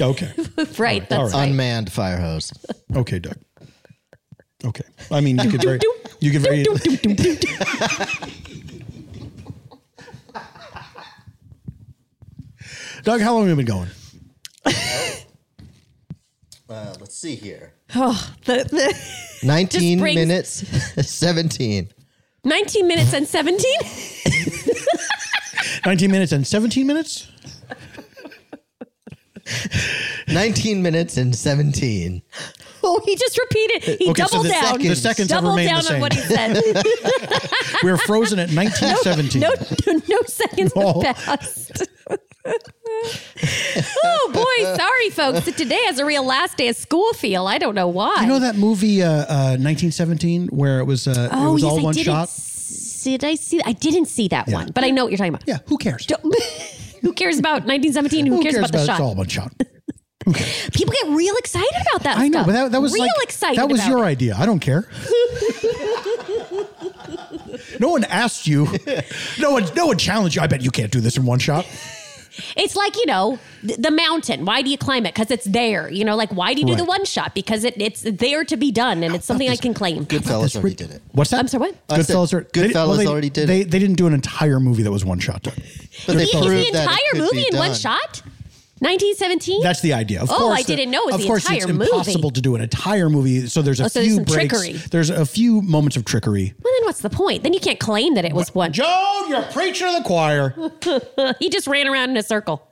Speaker 3: Okay.
Speaker 4: right. That's right.
Speaker 5: Unmanned fire hose.
Speaker 3: Okay, Doug. Okay. I mean, you could very, you could very. Doug, how long have we been going?
Speaker 5: Uh, let's see here.
Speaker 4: The- the-
Speaker 5: 19
Speaker 4: brings-
Speaker 5: minutes, 17.
Speaker 4: 19 minutes and 17.
Speaker 3: 19 minutes and 17 minutes?
Speaker 5: 19 minutes and 17.
Speaker 4: Oh, he just repeated. He
Speaker 3: Okay, so
Speaker 4: doubled
Speaker 3: the
Speaker 4: down.
Speaker 3: seconds- the seconds have
Speaker 4: doubled
Speaker 3: remained the same.
Speaker 4: down on what he said.
Speaker 3: We're frozen at 1917.
Speaker 4: no, no, no seconds
Speaker 3: No.
Speaker 4: have passed. oh boy, sorry folks. that Today has a real last day of school feel. I don't know why.
Speaker 3: You know that movie, uh, uh, 1917, where it was, uh,
Speaker 4: oh,
Speaker 3: it was
Speaker 4: yes,
Speaker 3: all
Speaker 4: I
Speaker 3: one
Speaker 4: didn't
Speaker 3: shot?
Speaker 4: s- Did I see? I didn't see that one, but I know what you're talking about.
Speaker 3: Yeah, who cares?
Speaker 4: Who cares about 1917? Who, cares, about,
Speaker 3: it? It's
Speaker 4: the
Speaker 3: all
Speaker 4: shot?
Speaker 3: one shot.
Speaker 4: People get real excited about that.
Speaker 3: I know,
Speaker 4: stuff.
Speaker 3: but that, that was
Speaker 4: real
Speaker 3: like,
Speaker 4: excited.
Speaker 3: That was
Speaker 4: about
Speaker 3: your
Speaker 4: it.
Speaker 3: idea. I don't care. no one asked you. No one, no one challenged you. I bet you can't do this in one shot.
Speaker 4: It's like, you know, th- the mountain. Why do you climb it? Because it's there. You know, like, why do you do the
Speaker 3: Right.
Speaker 4: one shot? Because it, it's there to be done and it's something I can claim.
Speaker 5: Goodfellas already did it.
Speaker 3: What's that?
Speaker 4: I'm sorry, what?
Speaker 5: I said
Speaker 3: Goodfellas, are, they-
Speaker 5: Goodfellas
Speaker 3: they-
Speaker 5: already did
Speaker 3: They,
Speaker 5: it.
Speaker 3: they didn't do an entire movie that was one shot. Doug.
Speaker 5: But
Speaker 4: He- he's the
Speaker 5: proved that it
Speaker 4: entire
Speaker 5: could be
Speaker 4: movie in one
Speaker 5: done.
Speaker 4: shot? 1917?
Speaker 3: That's the idea. Of
Speaker 4: Oh,
Speaker 3: course,
Speaker 4: I didn't know it was
Speaker 3: of
Speaker 4: the
Speaker 3: course,
Speaker 4: entire
Speaker 3: it's
Speaker 4: movie.
Speaker 3: impossible to do an entire movie. So there's a
Speaker 4: Oh, so there's
Speaker 3: few
Speaker 4: some
Speaker 3: breaks.
Speaker 4: trickery.
Speaker 3: There's a few moments of trickery.
Speaker 4: Well, then what's the point? Then you can't claim that it was one.
Speaker 3: Joe, you're preaching to the choir.
Speaker 4: He just ran around in a circle.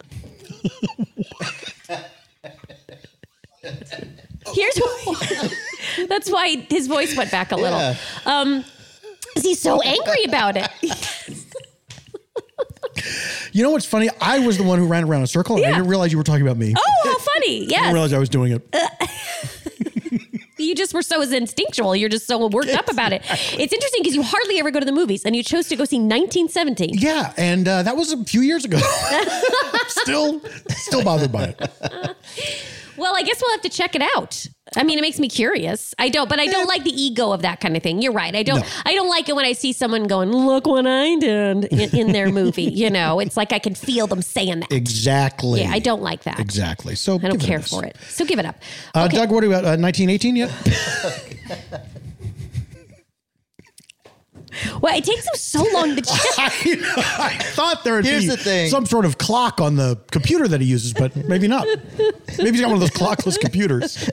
Speaker 4: Here's why. That's why his voice went back a little. Um, 'cause he's so angry about it.
Speaker 3: You know what's funny? I was the one who ran around in a circle. and I
Speaker 4: Yeah.
Speaker 3: didn't realize you were talking about me.
Speaker 4: Oh, how funny.
Speaker 3: I didn't
Speaker 4: Yes.
Speaker 3: realize I was doing it.
Speaker 4: You just were so instinctual. You're just so worked up about it. It's interesting because you hardly ever go to the movies, and you chose to go see 1917.
Speaker 3: Yeah, and uh, that was a few years ago. still, still bothered by it.
Speaker 4: Well, I guess we'll have to check it out. I mean, it makes me curious. I don't, but I don't like the ego of that kind of thing. You're right. I don't.
Speaker 3: Eh. No.
Speaker 4: I don't like it when I see someone going, "Look what I did" in, in their movie. You know, it's like I can feel them saying that.
Speaker 3: Exactly.
Speaker 4: Yeah, I don't like that.
Speaker 3: Exactly. So
Speaker 4: I don't care for it. So give it up.
Speaker 3: Uh, Doug, what are we at? Uh, 1918 yet?
Speaker 4: Well, it takes them so long to
Speaker 3: Uh,
Speaker 4: check.
Speaker 3: I thought there would
Speaker 5: Here's
Speaker 3: be
Speaker 5: the thing.
Speaker 3: some sort of clock on the computer that he uses, but maybe not. maybe he's got one of those clockless computers.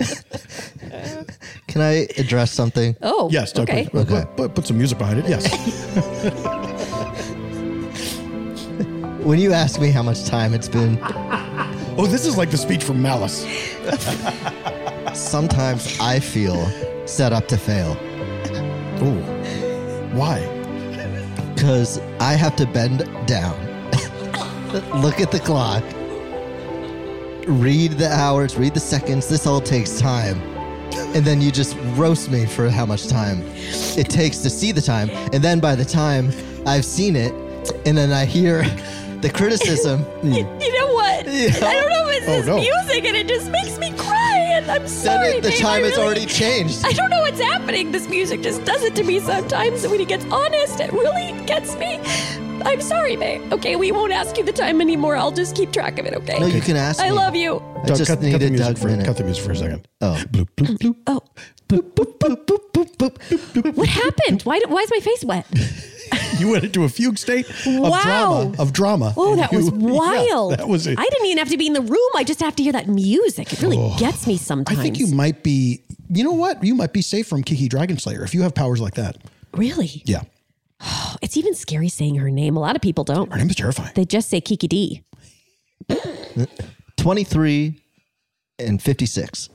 Speaker 5: Can I address something?
Speaker 4: Oh,
Speaker 3: Yes, Doug.
Speaker 4: Okay.
Speaker 3: Put,
Speaker 5: Okay.
Speaker 3: put- put- put some music behind it. Yes.
Speaker 5: When you ask me how much time it's been,
Speaker 3: oh, this is like the speech from Malice.
Speaker 5: sometimes I feel set up to fail
Speaker 3: Oh, why?
Speaker 5: because I have to bend down, look at the clock, read the hours, read the seconds. This all takes time. And then you just roast me for how much time it takes to see the time. And then by the time I've seen it, and then I hear the criticism.
Speaker 4: You know what? I don't know if it's
Speaker 3: Oh,
Speaker 4: this
Speaker 3: no.
Speaker 4: music, and it just makes me cry. And I'm
Speaker 5: Then
Speaker 4: sorry.
Speaker 5: it, the
Speaker 4: babe, I
Speaker 5: time has
Speaker 4: really-
Speaker 5: already changed.
Speaker 4: I don't know what's happening. This music just does it to me sometimes. And when he gets honest, it really gets me. I'm sorry, babe. Okay, we won't ask you the time anymore. I'll just keep track of it, okay?
Speaker 5: No, you can ask
Speaker 4: I
Speaker 5: me.
Speaker 4: love you.
Speaker 5: I just
Speaker 3: cut, cut
Speaker 5: need
Speaker 3: the
Speaker 5: a
Speaker 3: music
Speaker 5: Doug
Speaker 3: for
Speaker 5: minute.
Speaker 3: cut the music for a second.
Speaker 5: Oh.
Speaker 3: Bloop, bloop, bloop.
Speaker 4: Oh. What happened? Why, why is my face wet?
Speaker 3: You went into a fugue state of
Speaker 4: Wow.
Speaker 3: drama. Of drama.
Speaker 4: Oh, that was
Speaker 3: You- yeah,
Speaker 4: wild.
Speaker 3: that was it. Oh,
Speaker 4: I didn't even have to be in the room. I just have to hear that music. It really gets me
Speaker 3: I
Speaker 4: sometimes.
Speaker 3: think you might be. You know what? You might be safe from Kiki Dragonslayer if you have powers like that.
Speaker 4: Really?
Speaker 3: Yeah,
Speaker 4: It's even scary saying her name. A lot of people don't.
Speaker 3: her name is terrifying.
Speaker 4: They just say Kiki D.
Speaker 5: 23 and 56.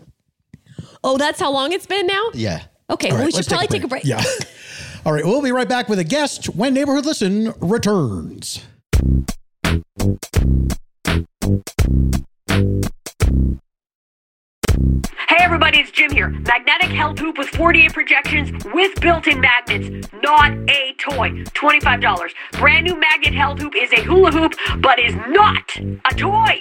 Speaker 4: Oh, that's how long it's been now?
Speaker 5: Yeah.
Speaker 4: Okay, well, we should probably take a break.
Speaker 3: Yeah. All right, we'll be right back with a guest when Neighborhood Listen returns.
Speaker 6: Hey, everybody. Jim here. Magnetic held hoop with 48 projections with built-in magnets, not a toy. $25. Brand new magnet held hoop is a hula hoop, but is not a toy.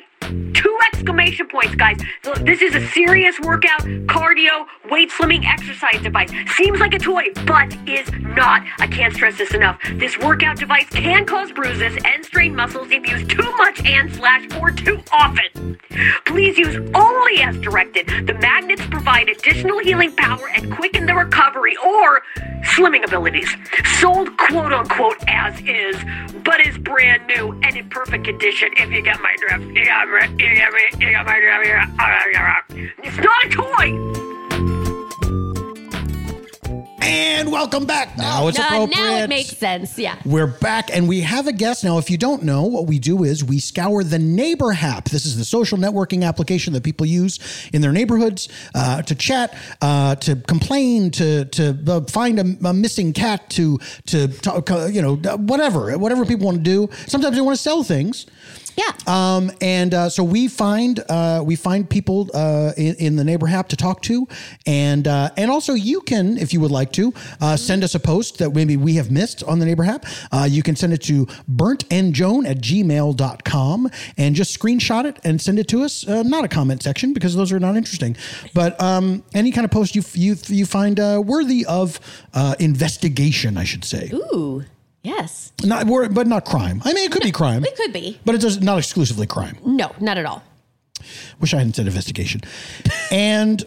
Speaker 6: Two exclamation points, guys. Look, This is a serious workout, cardio, weight slimming exercise device. Seems like a toy, but is not. I can't stress this enough. This workout device can cause bruises and strain muscles if used too much and slash or too often. Please use only as directed. The magnets provide additional healing power and quicken the recovery or slimming abilities. Sold quote unquote as is, but is brand new and in perfect condition. If you get my drift, you got my, you got me, you got my drift. you got- you got me. It's not a toy.
Speaker 3: And welcome back. Now it's
Speaker 4: Uh,
Speaker 3: appropriate.
Speaker 4: now it makes sense. Yeah.
Speaker 3: We're back and we have a guest. Now, if you don't know, what we do is we scour the neighbor app. This is the social networking application that people use in their neighborhoods uh, to chat, uh, to complain, to to uh, find a, a missing cat, to to talk, uh, you know whatever whatever people want to do. Sometimes they want to sell things.
Speaker 4: Yeah.
Speaker 3: Um, and uh, so we find uh, we find people uh, in, in the neighbor app to talk to, and uh, and also you can, if you would like to, uh, send us a post that maybe we have missed on the neighbor app. Uh, you can send it to burntandjoan at gmail.com and just screenshot it and send it to us. Uh, not a comment section because those are not interesting, but um, any kind of post you you you find uh, worthy of uh, investigation, I should say.
Speaker 4: Ooh. Yes.
Speaker 3: Not wor- but not crime. I mean, it could be crime.
Speaker 4: It could be.
Speaker 3: But it does not exclusively crime.
Speaker 4: No, not at all.
Speaker 3: Wish I hadn't said investigation. and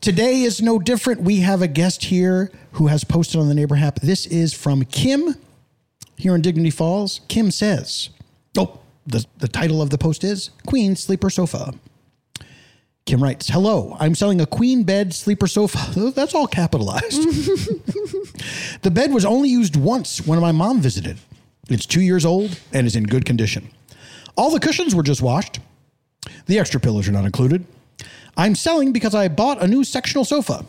Speaker 3: today is no different. We have a guest here who has posted on the Neighbor Hap. This is from Kim here in Dignity Falls. Kim says, Oh, the, the title of the post is Queen Sleeper Sofa. Kim writes, Hello, I'm selling a queen bed sleeper sofa. That's all capitalized. The bed was only used once when my mom visited. It's two years old and is in good condition. All the cushions were just washed. The extra pillows are not included. I'm selling because I bought a new sectional sofa.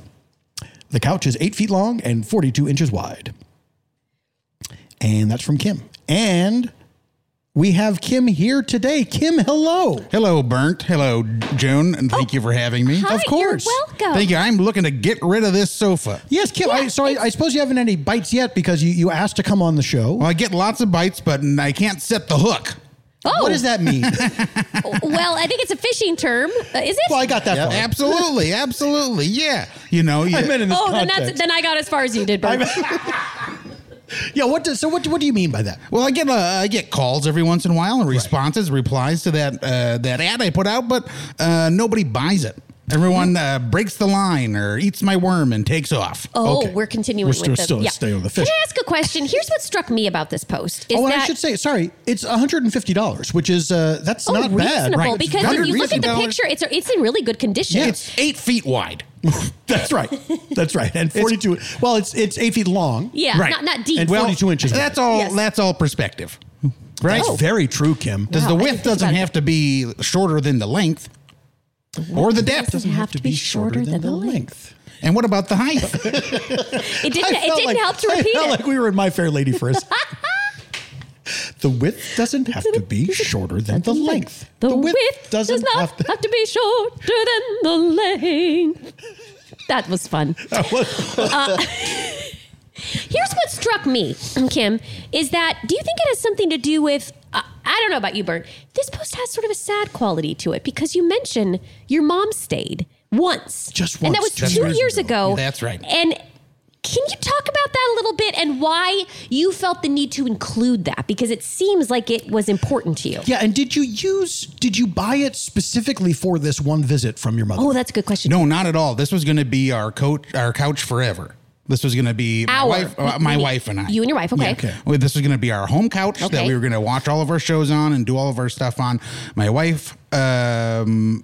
Speaker 3: The couch is eight feet long and 42 inches wide. And that's from Kim. And we have Kim here today. Kim, hello.
Speaker 7: Hello, Burnt. Hello, Joan, and thank you for having me.
Speaker 4: Oh, Hi,
Speaker 3: Of course.
Speaker 4: You're welcome.
Speaker 7: Thank you. I'm looking to get rid of this sofa.
Speaker 3: Yes, Kim. I, so I, I suppose you haven't had any bites yet because you, you asked to come on the show.
Speaker 7: Well, I get lots of bites, but I can't set the hook.
Speaker 4: Oh,
Speaker 3: What does that mean?
Speaker 4: well, I think it's a fishing term, uh, is it?
Speaker 3: well, I got that. far.
Speaker 7: Absolutely, absolutely, yeah. You know, you,
Speaker 3: I meant in this
Speaker 4: oh, then,
Speaker 3: context.
Speaker 4: that's, then I got as far as you did, Bert.
Speaker 3: yeah. What does so? What, what do you mean by that?
Speaker 7: Well, I get uh, I get calls every once in a while and responses, replies to that uh, that ad I put out, but uh, nobody buys it. Everyone uh, breaks the line or eats my worm and takes off.
Speaker 4: Mm-hmm. Oh,
Speaker 3: Okay.
Speaker 4: we're continuing
Speaker 3: We're
Speaker 4: with
Speaker 3: still- still
Speaker 4: the,
Speaker 3: stay on the fish.
Speaker 4: Can I ask a question? Here's what struck me about this post. Is
Speaker 3: oh, and
Speaker 4: that,
Speaker 3: I should say, sorry, it's one hundred and fifty dollars, which is uh, that's
Speaker 4: oh,
Speaker 3: not
Speaker 4: reasonable,
Speaker 3: bad, right?
Speaker 4: Because if you look at the
Speaker 7: reasonable.
Speaker 4: picture, it's it's in really good condition.
Speaker 7: It's eight feet wide.
Speaker 3: that's right, that's right. And forty-two. well, it's it's eight feet long.
Speaker 4: Yeah,
Speaker 7: Right.
Speaker 4: not, not deep.
Speaker 3: And
Speaker 7: Well,
Speaker 3: 42 inches wide.
Speaker 7: That's all.
Speaker 4: Yes.
Speaker 7: That's all perspective, right?
Speaker 3: That's very true, Kim.
Speaker 7: Because
Speaker 4: Wow, I
Speaker 7: the
Speaker 4: didn't
Speaker 7: width
Speaker 4: think about
Speaker 7: doesn't
Speaker 4: that.
Speaker 7: have to be shorter than the length or the depth.
Speaker 4: doesn't have to be shorter than the length.
Speaker 7: And what about the height?
Speaker 4: it didn't,
Speaker 3: I
Speaker 4: it
Speaker 3: felt
Speaker 4: didn't
Speaker 3: like-
Speaker 4: help to
Speaker 3: I
Speaker 4: repeat
Speaker 3: felt
Speaker 4: it.
Speaker 3: like we were in My Fair Lady for a second. The width doesn't have to be shorter than the length.
Speaker 4: The, width, does not have to, be shorter than the length. That was fun. Uh, here's what struck me, um, Kim, is that do you think it has something to do with? Uh, I don't know about you, Bert. This post has sort of a sad quality to it because you mention your mom stayed once,
Speaker 3: Just
Speaker 4: and that
Speaker 3: once,
Speaker 4: was
Speaker 3: just
Speaker 4: two
Speaker 3: years
Speaker 4: years
Speaker 7: ago.
Speaker 4: ago.
Speaker 7: That's right.
Speaker 4: And can you talk about that a little bit and why you felt the need to include that? Because it seems like it was important to you.
Speaker 3: Yeah, and did you use? Did you buy it specifically for this one visit from your mother?
Speaker 4: Oh, that's a good question.
Speaker 7: no, not at all. This was going to be our coach, our couch forever. This was going to be my
Speaker 4: Our.
Speaker 7: wife, uh, my
Speaker 4: You-
Speaker 7: wife and I.
Speaker 4: you and your wife, okay. Okay.
Speaker 7: Well, this was going to be our home couch that
Speaker 4: Okay.
Speaker 7: we were going to watch all of our shows on and do all of our stuff on. My wife um,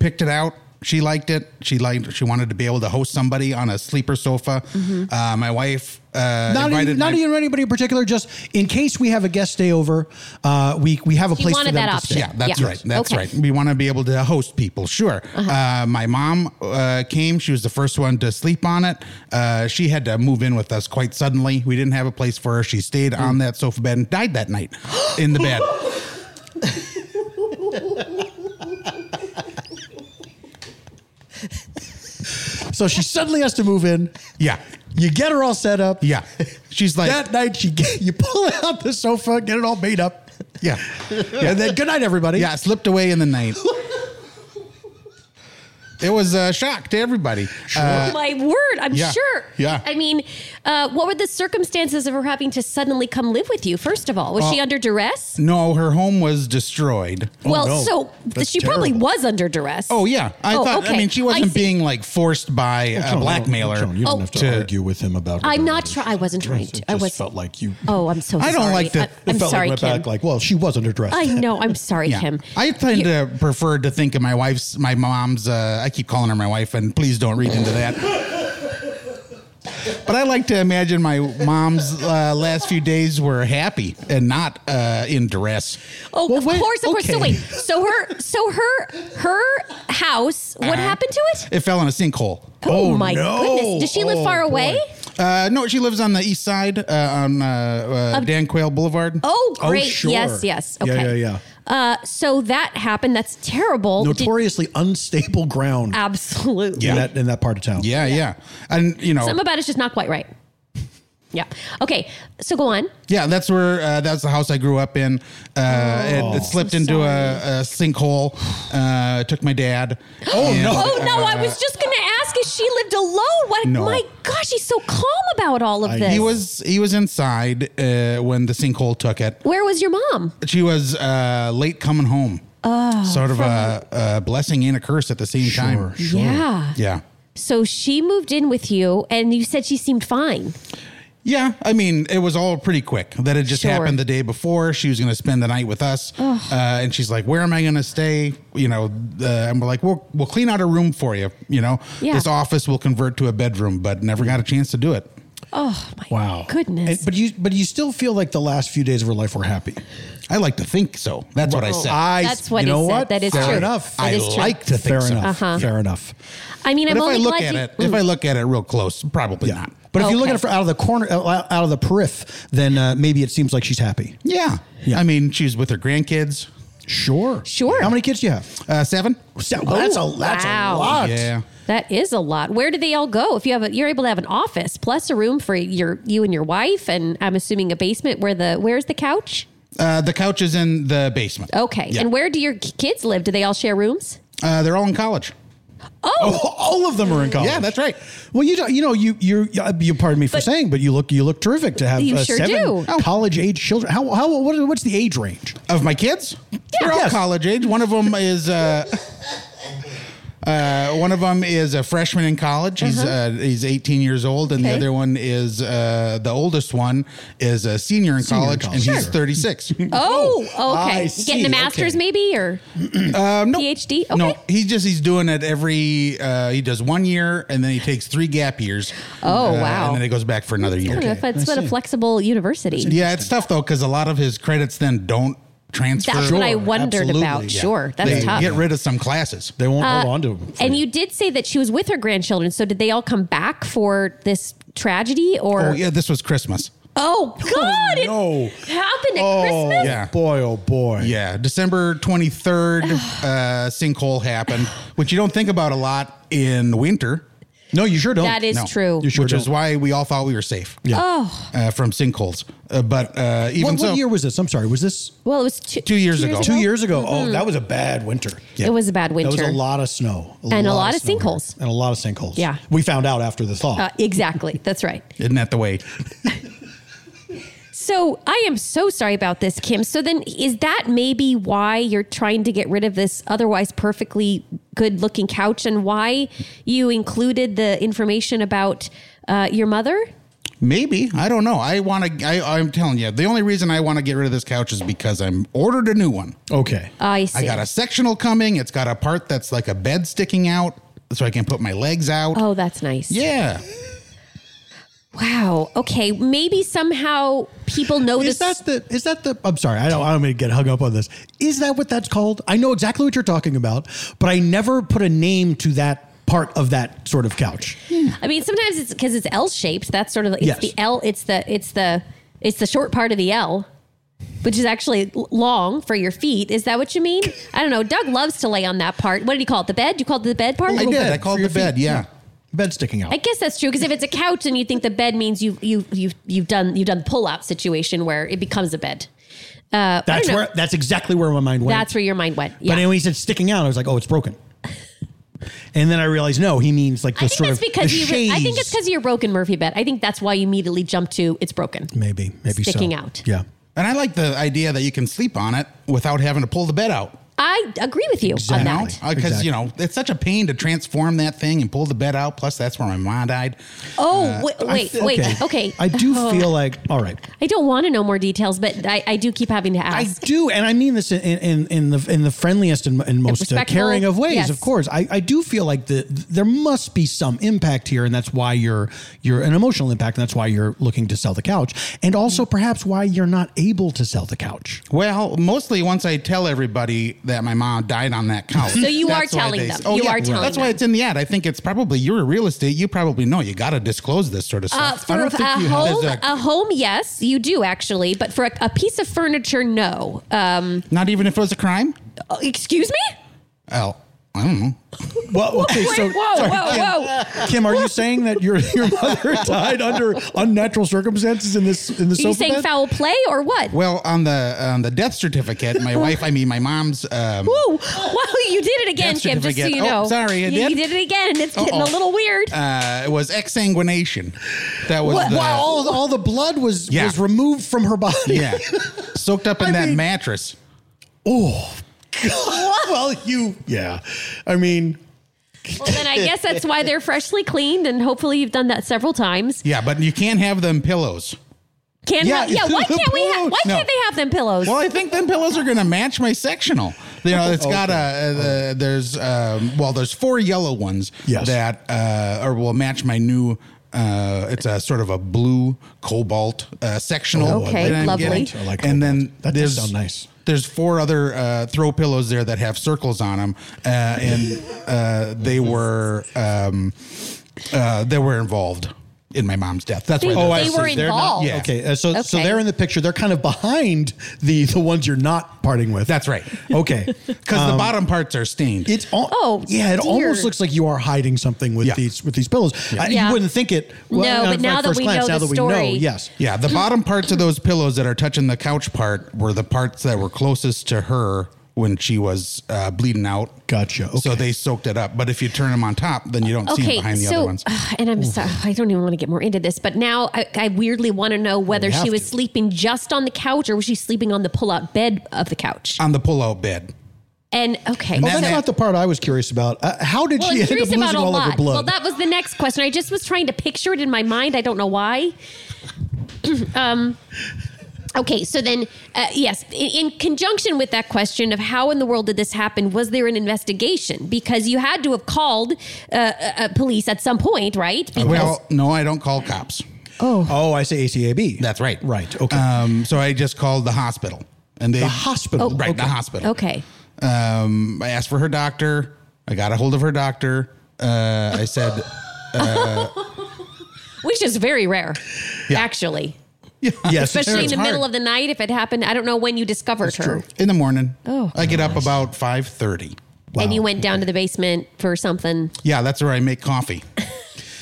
Speaker 7: picked it out. She liked it. She liked. She wanted to be able to host somebody on a sleeper sofa.
Speaker 4: Mm-hmm.
Speaker 7: Uh, my wife uh,
Speaker 3: not even,
Speaker 7: invited
Speaker 3: not
Speaker 7: my-
Speaker 3: even anybody in particular. Just in case we have a guest stay over, uh, we we have a place for
Speaker 4: wanted
Speaker 3: them
Speaker 4: that
Speaker 3: to
Speaker 4: option.
Speaker 3: stay.
Speaker 7: Yeah, that's
Speaker 4: Yeah.
Speaker 7: right. That's
Speaker 4: Okay.
Speaker 7: right. We want to be able to host people. Sure. uh
Speaker 3: Uh-huh.
Speaker 7: my mom uh, came. She was the first one to sleep on it. Uh, she had to move in with us quite suddenly. We didn't have a place for her. She stayed
Speaker 3: Mm.
Speaker 7: on that sofa bed and died that night in the bed.
Speaker 3: So she suddenly has to move in.
Speaker 7: Yeah.
Speaker 3: You get her all set up.
Speaker 7: Yeah. She's like,
Speaker 3: that night she get, you pull out the sofa, get it all made up,
Speaker 7: yeah.
Speaker 3: and then good night everybody.
Speaker 7: Yeah, it slipped away in the night. it was a shock to everybody. Uh,
Speaker 4: Oh, My word, I'm
Speaker 7: yeah,
Speaker 4: sure.
Speaker 7: yeah.
Speaker 4: I mean, uh, what were the circumstances of her having to suddenly come live with you? First of all, was
Speaker 3: Uh,
Speaker 4: she under duress?
Speaker 7: no, her home was destroyed.
Speaker 4: Oh, well,
Speaker 3: oh, no.
Speaker 4: so
Speaker 3: That's
Speaker 4: she probably
Speaker 3: terrible.
Speaker 4: was under duress.
Speaker 7: Oh yeah, I
Speaker 4: Oh,
Speaker 7: thought. I
Speaker 4: okay.
Speaker 7: mean, she
Speaker 4: I
Speaker 7: wasn't
Speaker 4: see.
Speaker 7: being like forced by a blackmailer.
Speaker 3: Joan, you don't
Speaker 4: Oh.
Speaker 3: have to,
Speaker 7: to-
Speaker 3: argue with him about.
Speaker 4: I'm
Speaker 3: whether
Speaker 4: not
Speaker 3: it is.
Speaker 4: try- I wasn't trying to.
Speaker 3: It
Speaker 4: I
Speaker 3: just
Speaker 4: was-
Speaker 3: felt like you.
Speaker 4: Oh, I'm so sorry.
Speaker 7: I don't like the-
Speaker 4: I,
Speaker 7: it
Speaker 4: am
Speaker 3: it felt
Speaker 4: sorry,
Speaker 3: like
Speaker 4: Kim.
Speaker 3: went back like, well, she was underdressed.
Speaker 4: I know. I'm sorry,
Speaker 7: Yeah.
Speaker 4: Kim.
Speaker 7: I tend
Speaker 4: You-
Speaker 7: to prefer to think of my wife's, my mom's. Uh, I keep calling her my wife, and please don't read into that. But I like to imagine my mom's uh, last few days were happy and not uh, in duress.
Speaker 4: Oh,
Speaker 3: Well,
Speaker 4: of
Speaker 3: wait,
Speaker 4: course, of course. So
Speaker 3: okay.
Speaker 4: wait, so her, so her, her house. What
Speaker 7: Uh-huh.
Speaker 4: happened to it?
Speaker 7: It fell in a sinkhole.
Speaker 4: Oh, my
Speaker 3: no.
Speaker 4: goodness! Does she live
Speaker 3: Oh,
Speaker 4: far
Speaker 3: boy.
Speaker 4: away?
Speaker 7: Uh, no, she lives on the east side uh, on uh, uh, Dan Quayle Boulevard.
Speaker 4: Oh,
Speaker 3: Oh,
Speaker 4: great.
Speaker 3: sure.
Speaker 4: Yes, yes.
Speaker 3: Yeah,
Speaker 4: Okay.
Speaker 3: yeah,
Speaker 4: Uh, so that happened. That's terrible. Did- Ah.
Speaker 3: Notoriously unstable ground
Speaker 4: absolutely.
Speaker 3: in that in that part of town.
Speaker 7: Yeah, yeah, and you know,
Speaker 4: Something about it's just not quite right. Yeah. Okay. So go on.
Speaker 7: yeah, that's where uh, that's the house I grew up in. Uh,
Speaker 4: Oh,
Speaker 7: it, it slipped into a, a sinkhole. Uh, it took my dad. Oh
Speaker 4: Oh no! I was just going to ask if she lived alone. What?
Speaker 7: No.
Speaker 4: My gosh, she's so calm about all of this.
Speaker 7: He was he was inside uh, when the sinkhole took it.
Speaker 4: Where was your mom?
Speaker 7: She was uh, late coming home. Oh, sort of a, a blessing and a curse at the same time.
Speaker 4: Yeah.
Speaker 7: Yeah.
Speaker 4: So she moved in with you, and you said she seemed fine.
Speaker 7: Yeah, I mean, it was all pretty quick. That had just
Speaker 4: Sure.
Speaker 7: happened the day before. She was going to spend the night with us, uh, and she's like, "Where am I going to stay?" You know, uh, and we're like, "We'll we'll clean out a room for you." You know,
Speaker 4: Yeah.
Speaker 7: this office will convert to a bedroom, but never got a chance to do it.
Speaker 4: Oh my
Speaker 3: Wow.
Speaker 4: goodness!
Speaker 3: And- but you but you still feel like the last few days of her life were happy.
Speaker 7: I like to think so. That's what I said.
Speaker 3: I
Speaker 4: That's what he said. That is
Speaker 3: Fair
Speaker 4: true.
Speaker 3: enough.
Speaker 4: That
Speaker 7: I
Speaker 4: is true.
Speaker 7: like to think
Speaker 3: Fair
Speaker 7: so.
Speaker 3: enough.
Speaker 4: Uh-huh.
Speaker 3: Fair enough.
Speaker 4: I mean,
Speaker 7: But
Speaker 4: I'm
Speaker 7: if
Speaker 4: only
Speaker 7: I look
Speaker 4: glad
Speaker 7: at
Speaker 4: you. Mm-hmm.
Speaker 7: it, if I look at it real close, probably
Speaker 3: Yeah.
Speaker 7: not.
Speaker 3: But if you look
Speaker 4: Okay.
Speaker 3: at it from out of the corner, uh, out out of the periph, then uh, maybe it seems like she's happy.
Speaker 7: Yeah,
Speaker 3: Yeah.
Speaker 7: I mean, she's with her grandkids.
Speaker 3: Sure.
Speaker 4: Sure.
Speaker 3: How many kids do you have?
Speaker 7: Uh, seven.
Speaker 3: So- that's a that's
Speaker 4: wow.
Speaker 3: a lot.
Speaker 7: Yeah.
Speaker 4: That is a lot. Where do they all go? If you have a, you're able to have an office plus a room for your you and your wife, and I'm assuming a basement where the where's the couch?
Speaker 7: Uh, the couch is in the basement.
Speaker 4: Okay.
Speaker 7: Yeah.
Speaker 4: And where do your k- kids live? Do they all share rooms?
Speaker 7: Uh, they're all in college.
Speaker 3: Oh, all of them are in college.
Speaker 7: Yeah, that's right.
Speaker 3: Well, you don't, you know you you you pardon me for saying, but you look you look terrific to have
Speaker 4: You
Speaker 3: uh,
Speaker 4: sure do.
Speaker 3: seven college age children. How how what, what's the age range?
Speaker 7: Of my kids, they're all
Speaker 3: Yes.
Speaker 7: college age. One of them is uh, uh, one of them is a freshman in college. He's uh, he's 18 years old, and the
Speaker 4: Uh-huh. Okay.
Speaker 7: other one is uh, the oldest one is a senior in, college,
Speaker 3: college.
Speaker 7: and he's
Speaker 3: Sure.
Speaker 7: 36.
Speaker 4: Oh,
Speaker 3: I
Speaker 4: okay. Getting
Speaker 3: see.
Speaker 4: a master's
Speaker 3: Okay.
Speaker 4: maybe or PhD? Okay.
Speaker 7: Um, No, he's just he's doing it every. Uh, he does one year, and then he takes three gap years. Uh,
Speaker 4: Oh, wow.
Speaker 7: And then he goes back for another
Speaker 4: I
Speaker 7: year.
Speaker 4: don't know if that's what a flexible university.
Speaker 7: Yeah, it's tough though because a lot of his credits then don't transfer.
Speaker 4: That's what I wondered
Speaker 3: absolutely.
Speaker 4: about.
Speaker 3: Yeah.
Speaker 4: Sure. That's
Speaker 7: they
Speaker 4: tough. Uh,
Speaker 7: get rid of some classes.
Speaker 3: They won't hold on to them.
Speaker 4: and you did say that she was with her grandchildren. So did they all come back for this tragedy or?
Speaker 7: Oh yeah, this was Christmas.
Speaker 4: Oh, God! It
Speaker 3: no.
Speaker 4: happened at Christmas.
Speaker 7: Oh, Yeah.
Speaker 3: boy, oh boy.
Speaker 7: Yeah, December 23rd, uh, sinkhole happened, which you don't think about a lot in the winter.
Speaker 3: No, you sure don't.
Speaker 4: That is true. Oh.
Speaker 3: You sure
Speaker 7: which is
Speaker 3: don't.
Speaker 7: why we all thought we were safe
Speaker 3: Yeah.
Speaker 7: uh, from sinkholes. Uh, but uh, even
Speaker 3: What, what
Speaker 7: so,
Speaker 3: year was this? I'm sorry. Was this
Speaker 4: Well, it was two,
Speaker 7: Two years ago.
Speaker 3: two years ago? Oh, that was a bad winter.
Speaker 4: Mm-hmm. It was a bad
Speaker 3: That
Speaker 4: winter.
Speaker 3: was a lot of snow
Speaker 4: And a lot of
Speaker 3: snow here.
Speaker 4: sinkholes.
Speaker 3: and a lot of sinkholes.
Speaker 4: Yeah.
Speaker 3: we found out after the thaw.
Speaker 4: Uh, exactly. That's right.
Speaker 7: isn't that the way?
Speaker 4: So I am so sorry about this, Kim. So then, is that maybe why you're trying to get rid of this otherwise perfectly good looking couch and why you included the information about uh, your mother?
Speaker 7: Maybe I don't know. I want to. I'm telling you, the only reason I want to get rid of this couch is because I'm ordered a new one.
Speaker 3: okay,
Speaker 4: I see.
Speaker 7: I got a sectional coming. It's got a part that's like a bed sticking out, so I can put my legs out.
Speaker 4: oh, that's nice.
Speaker 7: Yeah,
Speaker 4: Wow. Okay. Maybe somehow people know
Speaker 3: is
Speaker 4: this.
Speaker 3: that the? Is that the? I'm sorry. I don't. I'm going to get hung up on this. Is that what that's called? I know exactly what you're talking about, but I never put a name to that part of that sort of couch.
Speaker 4: I mean, sometimes it's because it's L shaped. That's sort of it's
Speaker 3: Yes.
Speaker 4: the L. It's the it's the it's the short part of the L, which is actually l- long for your feet. Is that what you mean? I don't know. Doug loves to lay on that part. What did he call it? The bed? You called it the bed part?
Speaker 7: I did. I called the bed. Yeah.
Speaker 3: Bed sticking out.
Speaker 4: I guess that's true because if it's a couch and you think the bed means you you you you've done you've done pull out situation where it becomes a bed. Uh, I
Speaker 3: that's
Speaker 4: don't know.
Speaker 3: where. That's exactly where my mind went.
Speaker 4: that's where your mind went.
Speaker 3: But
Speaker 4: Yeah.
Speaker 3: anyway, he said sticking out. I was like, oh, it's broken. and then I realized, no, he means like the
Speaker 4: I think
Speaker 3: sort
Speaker 4: that's
Speaker 3: of
Speaker 4: because
Speaker 3: the
Speaker 4: you. re- I think it's
Speaker 3: shades.
Speaker 4: because of your broken Murphy bed. I think that's why you immediately jump to it's broken.
Speaker 3: maybe maybe so.
Speaker 4: sticking out.
Speaker 3: Yeah.
Speaker 7: And I like the idea that you can sleep on it without having to pull the bed out.
Speaker 4: I agree with you
Speaker 3: Exactly.
Speaker 4: on
Speaker 7: No,
Speaker 4: that.
Speaker 7: because you know it's such a pain to transform that thing and pull the bed out. Plus, that's where my mom died.
Speaker 4: Oh wait, wait, wait. Okay. Oh. Uh,
Speaker 3: I do feel like all right.
Speaker 4: I don't want to know more details, but I, I do keep having to
Speaker 3: I
Speaker 4: ask.
Speaker 3: do, and I mean this in, in, in the in the friendliest and, and most uh,
Speaker 4: respectful,
Speaker 3: caring of ways.
Speaker 4: yes.
Speaker 3: Of course, I, I do feel like the there must be some impact here, and that's why you're you're an emotional impact, and that's why you're looking to sell the couch, and also perhaps why you're not able to sell the couch.
Speaker 7: Well, mostly once I tell everybody that my mom died on that couch.
Speaker 4: So you
Speaker 7: that's
Speaker 4: are
Speaker 7: why
Speaker 4: telling
Speaker 7: they- Oh,
Speaker 4: them. You are telling
Speaker 7: That's why
Speaker 4: them.
Speaker 7: it's in the ad. I think it's probably you're a real estate. You probably know. You got to disclose this sort of
Speaker 4: Uh,
Speaker 7: stuff.
Speaker 4: for
Speaker 7: I
Speaker 4: a, uh,
Speaker 7: don't think you have-
Speaker 4: home,
Speaker 7: there's a-
Speaker 4: a home, yes, you do actually, but for a, a piece of furniture, no. Um,
Speaker 7: not even if it was a crime.
Speaker 4: uh, excuse me.
Speaker 7: Oh, I don't know.
Speaker 3: Well, okay,
Speaker 4: Wait, whoa, whoa, whoa!
Speaker 3: Kim, are you saying that your your mother died under unnatural circumstances in this in the
Speaker 4: Are you saying foul play or what?
Speaker 7: Well, on the on the death certificate, my wife, I mean my mom's. Um,
Speaker 4: Whoa! Wow, you did it again,
Speaker 7: Death
Speaker 4: Kim. Just so
Speaker 7: certificate.
Speaker 4: you
Speaker 7: Oh,
Speaker 4: know.
Speaker 7: sorry, I
Speaker 4: you,
Speaker 7: did?
Speaker 4: you did it again, and it's getting
Speaker 7: Uh-oh.
Speaker 4: a little weird.
Speaker 7: uh, it was exsanguination. That was
Speaker 3: What?
Speaker 7: the
Speaker 3: Wow, all, all the blood was
Speaker 7: Yeah.
Speaker 3: was removed from her body.
Speaker 7: yeah, soaked up in
Speaker 3: I
Speaker 7: that
Speaker 3: mean-
Speaker 7: mattress.
Speaker 3: Oh, God. well, you, yeah. I mean,
Speaker 4: well, then I guess that's why they're freshly cleaned, and hopefully you've done that several times.
Speaker 7: Yeah, but you can't have them pillows.
Speaker 4: Can
Speaker 7: Yeah,
Speaker 4: yeah, yeah. Why can't we? Ha- why
Speaker 7: No.
Speaker 4: can't they have them pillows?
Speaker 3: Oh,
Speaker 7: Well, I think them pillows are going to match my sectional. You know, it's got a uh, the, there's um, well, there's four yellow ones
Speaker 3: Yes.
Speaker 7: that uh, or will match my new. Uh, it's a sort of a blue cobalt uh, sectional.
Speaker 4: Okay,
Speaker 7: that I'm
Speaker 4: lovely.
Speaker 7: getting.
Speaker 3: I like cobalt.
Speaker 7: and then
Speaker 3: That does
Speaker 7: there's
Speaker 3: sound nice.
Speaker 7: There's four other uh, throw pillows there that have circles on them, uh, and uh, they were um, uh, they were involved in my mom's death. That's why.
Speaker 4: They-
Speaker 7: they're-
Speaker 4: they were
Speaker 3: They're not-
Speaker 4: involved.
Speaker 7: yeah.
Speaker 3: Okay, uh, so so
Speaker 4: Okay.
Speaker 3: they're in the picture. They're kind of behind the the ones you're not parting with.
Speaker 7: That's right.
Speaker 3: Okay,
Speaker 7: Because
Speaker 3: um,
Speaker 7: the bottom parts are stained.
Speaker 3: It's all,
Speaker 4: Oh,
Speaker 3: yeah. It
Speaker 4: dear.
Speaker 3: almost looks like you are hiding something with
Speaker 7: Yeah.
Speaker 3: these with these pillows. I-
Speaker 4: Yeah.
Speaker 3: You wouldn't think it.
Speaker 4: No,
Speaker 3: not
Speaker 4: but
Speaker 3: at
Speaker 4: now that
Speaker 3: first
Speaker 4: we know
Speaker 3: now
Speaker 4: the
Speaker 3: that we know,
Speaker 4: story-
Speaker 3: yes.
Speaker 7: Yeah, the bottom parts of those pillows that are touching the couch part were the parts that were closest to her when she was uh, bleeding out.
Speaker 3: Gotcha. Okay.
Speaker 7: So they soaked it up. But if you turn them on top, then you don't see them
Speaker 4: okay,
Speaker 7: behind the
Speaker 4: so
Speaker 7: other ones.
Speaker 4: ugh, and I'm sorry, I don't even want to get more into this, but now I, I weirdly want to know whether
Speaker 3: have
Speaker 4: she was
Speaker 3: to.
Speaker 4: sleeping just on the couch or was she sleeping on the pull-out bed of the couch?
Speaker 3: Uh,
Speaker 7: On the pull-out bed.
Speaker 4: and
Speaker 3: Well,
Speaker 4: okay,
Speaker 7: then
Speaker 3: that's
Speaker 7: that-
Speaker 3: not the part I was curious about. Uh, how did
Speaker 4: Well,
Speaker 3: she
Speaker 4: I'm
Speaker 3: end up
Speaker 4: curious
Speaker 3: losing
Speaker 4: about a
Speaker 3: all of her
Speaker 4: lot.
Speaker 3: blood?
Speaker 4: Well, that was the next question. I just was trying to picture it in my mind. I don't know why. um, okay, so then, uh, yes, in, in conjunction with that question of how in the world did this happen, was there an investigation? Because you had to have called uh, uh, police at some point, right? Because,
Speaker 7: Well, no, I don't call cops.
Speaker 3: oh, I say ACAB.
Speaker 7: That's right.
Speaker 3: Right. Okay.
Speaker 7: Um, so I just called the hospital. And they
Speaker 3: the hospital.
Speaker 7: Right, the hospital.
Speaker 4: okay.
Speaker 7: Um, I asked for her doctor. I got a hold of her doctor. Uh, I said,
Speaker 4: Which is very rare, actually.
Speaker 3: Yes.
Speaker 4: Especially in
Speaker 7: it's
Speaker 4: the
Speaker 7: hard.
Speaker 4: middle of the night, if it happened, I don't know when you discovered her.
Speaker 7: in the morning. Oh, I get up about five thirty.
Speaker 4: And you went down to the basement for something.
Speaker 7: Yeah, that's where I make coffee.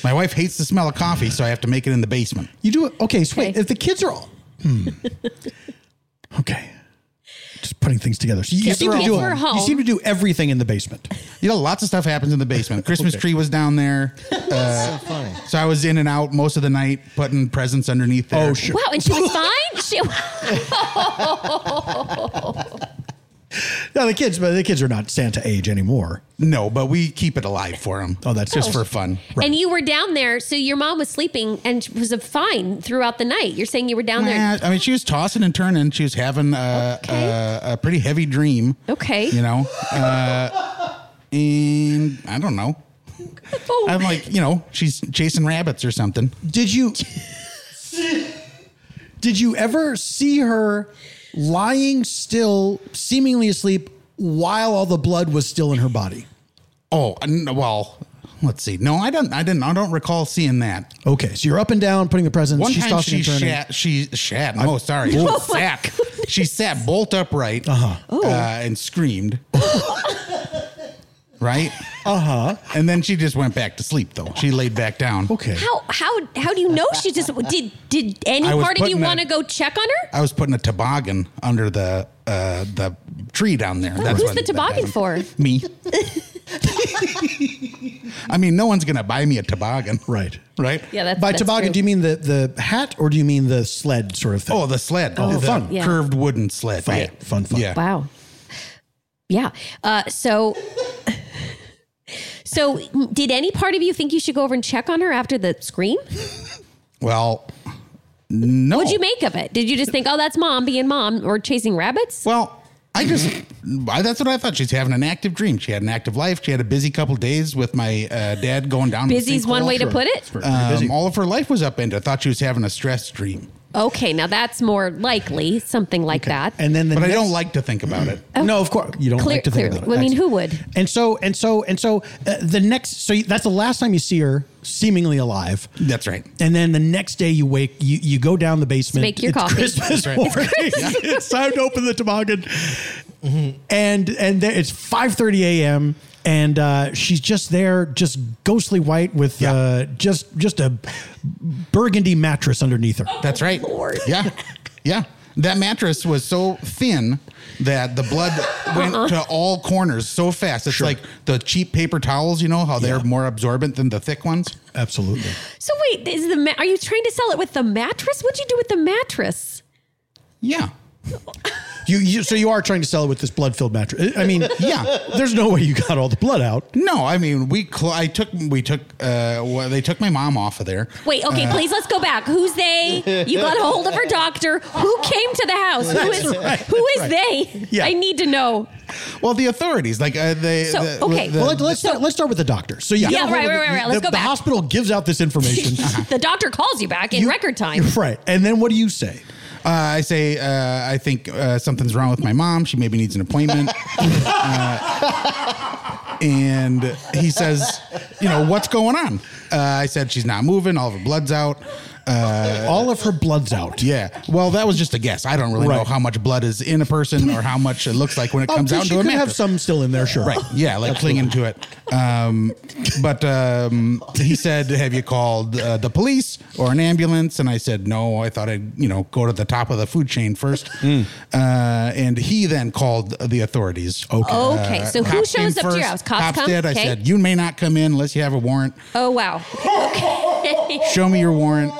Speaker 7: My wife hates the smell of coffee, so I have to make it in the basement.
Speaker 3: You do it. Okay, so wait.
Speaker 4: Okay.
Speaker 3: If the kids are all. Hmm. okay. Just putting things together. So you,
Speaker 4: Kids
Speaker 3: seem
Speaker 4: were
Speaker 3: to do
Speaker 4: home.
Speaker 3: it-
Speaker 4: Kids were
Speaker 3: you seem
Speaker 4: home.
Speaker 3: to do everything in the basement.
Speaker 7: You know, lots of stuff happens in the basement. Christmas
Speaker 3: Okay.
Speaker 7: tree was down there, Uh,
Speaker 5: So funny.
Speaker 7: so I was in and out most of the night, putting presents underneath there.
Speaker 3: Oh, sure.
Speaker 4: Wow, and she was fine? She.
Speaker 3: No, the kids, but the kids are not Santa age anymore.
Speaker 7: No, but we keep it alive for him.
Speaker 3: Oh, that's
Speaker 7: just
Speaker 3: nice.
Speaker 7: for fun.
Speaker 4: And you were down there, so your mom was sleeping and was fine throughout the night. You're saying you were down
Speaker 7: Yeah,
Speaker 4: there.
Speaker 7: I mean, she was tossing and turning. She was having a,
Speaker 4: Okay.
Speaker 7: a, a pretty heavy dream.
Speaker 4: Okay.
Speaker 7: You know, uh, and I don't know.
Speaker 4: Oh,
Speaker 7: I'm like, you know, she's chasing rabbits or something.
Speaker 3: Did you? did you ever see her lying still, seemingly asleep, while all the blood was still in her body?
Speaker 7: Oh, n- well, let's see. No, I don't. I didn't. I don't recall seeing that.
Speaker 3: Okay, so you're up and down, putting the presents.
Speaker 7: One
Speaker 3: she's
Speaker 7: time
Speaker 3: tossing
Speaker 7: she
Speaker 3: and turning.
Speaker 7: shat, she shat. Oh, sorry. She sat. She sat
Speaker 3: Uh-huh.
Speaker 4: Oh.
Speaker 7: bolt upright uh and screamed. right? Uh huh. And then she just went back to sleep, though. She laid back down.
Speaker 3: Uh-huh. Okay.
Speaker 4: How how how do you know she just did? Did any
Speaker 7: I was
Speaker 4: part of you
Speaker 7: putting
Speaker 4: want to
Speaker 7: a-
Speaker 4: go check on her?
Speaker 7: I was putting a toboggan under the uh, the tree down there. That's
Speaker 4: Who's
Speaker 7: what-
Speaker 4: the toboggan for?
Speaker 7: Me. I mean, no one's gonna buy me a toboggan,
Speaker 3: Right.
Speaker 7: right?
Speaker 4: Yeah, that's
Speaker 3: By
Speaker 4: that's
Speaker 3: toboggan,
Speaker 4: true.
Speaker 3: do you mean the, the hat or do you mean the sled sort of thing?
Speaker 7: Oh, the sled, oh, the
Speaker 3: fun.
Speaker 4: Yeah.
Speaker 7: curved wooden sled,
Speaker 3: Fun.
Speaker 7: Yeah.
Speaker 3: Fun, fun.
Speaker 7: Yeah.
Speaker 4: Wow. Yeah. Uh, so. So, did any part of you think you should go over and check on her after the scream?
Speaker 7: Well, no.
Speaker 4: What'd you make of it? Did you just think, "Oh, that's mom being mom" or chasing rabbits?
Speaker 7: Well, I just I, that's what I thought. She's having an active dream. She had an active life. She had a busy couple days with my uh, dad going down. the
Speaker 4: Busy's one
Speaker 7: sinkhole.
Speaker 4: way to put it.
Speaker 7: Um, all of her life was upended. I thought she was having a stress dream,
Speaker 4: Okay, now that's more likely something like that.
Speaker 3: And then the
Speaker 7: but I
Speaker 3: next-
Speaker 7: don't like to think about it.
Speaker 3: No, of course you don't
Speaker 4: Clear-
Speaker 3: like to think
Speaker 4: clearly.
Speaker 3: about it.
Speaker 4: Well, I mean,
Speaker 3: Excellent.
Speaker 4: who would?
Speaker 3: And so and so and so uh, the next so you- that's the last time you see her seemingly alive.
Speaker 7: That's right.
Speaker 3: And then the next day you wake, you, you go down the basement.
Speaker 4: Make your
Speaker 3: it's
Speaker 4: coffee.
Speaker 3: Christmas
Speaker 7: That's right.
Speaker 3: morning. it's time to open the toboggan. And and there, it's five thirty a.m. And uh, she's just there, just ghostly white with uh, just just a burgundy mattress underneath her.
Speaker 7: That's right.
Speaker 4: Oh,
Speaker 7: Yeah. Yeah. That mattress was so thin that the blood went
Speaker 4: Uh-huh.
Speaker 7: to all corners so fast. It's like the cheap paper towels, you know, how they're more absorbent than the thick ones.
Speaker 3: Absolutely.
Speaker 4: So wait, is the ma- are you trying to sell it with the mattress? What'd you do with the mattress?
Speaker 7: Yeah.
Speaker 3: You, you so you are trying to sell it with this blood filled mattress. I mean,
Speaker 7: Yeah.
Speaker 3: there's no way you got all the blood out.
Speaker 7: No, I mean, we, cl- I took, we took, uh, well, they took my mom off of there.
Speaker 4: Wait, okay,
Speaker 3: Uh-huh.
Speaker 4: please let's go back. Who's they? You got a hold of her doctor. Who came to the house? Who is who is they?
Speaker 3: Yeah.
Speaker 4: I need to know.
Speaker 7: Well, the authorities, like, uh, they,
Speaker 4: So,
Speaker 7: the-
Speaker 4: okay.
Speaker 7: the-
Speaker 3: Well, let, us start, let's start with the doctor. So you
Speaker 4: Yeah,
Speaker 3: got hold
Speaker 4: right,
Speaker 3: of the-
Speaker 4: right, right, right.
Speaker 3: the-
Speaker 4: Let's go
Speaker 3: The
Speaker 4: back.
Speaker 3: hospital gives out this information.
Speaker 4: the doctor calls you back in
Speaker 3: You-
Speaker 4: record time.
Speaker 3: Right. And then what do you say?
Speaker 7: uh, I say, uh, I think uh, something's wrong with my mom. She maybe needs an appointment. Uh, and he says, you know, what's going on? Uh, I said, she's not moving. All of her blood's out. Uh,
Speaker 3: All of her blood's out.
Speaker 7: yeah. Well, that was just a guess. I don't really know
Speaker 3: Right.
Speaker 7: how much blood is in a person or how much it looks like when it
Speaker 3: Oh,
Speaker 7: comes out
Speaker 3: she
Speaker 7: into a
Speaker 3: could have
Speaker 7: mattress.
Speaker 3: some still in there, sure.
Speaker 7: Right. Yeah, like clinging to it. Um, but um, he said, "Have you called uh, the police or an ambulance?" And I said, "No, I thought I'd you know go to the top of the food chain first.
Speaker 4: Hmm.
Speaker 7: Uh, and he then called the authorities. Okay.
Speaker 3: Uh,
Speaker 4: Okay, so who shows up to your house? Cops, come.
Speaker 7: did. I
Speaker 4: okay.
Speaker 7: said, "You may not come in unless you have a warrant.
Speaker 4: oh wow. Okay.
Speaker 7: Show me your warrant."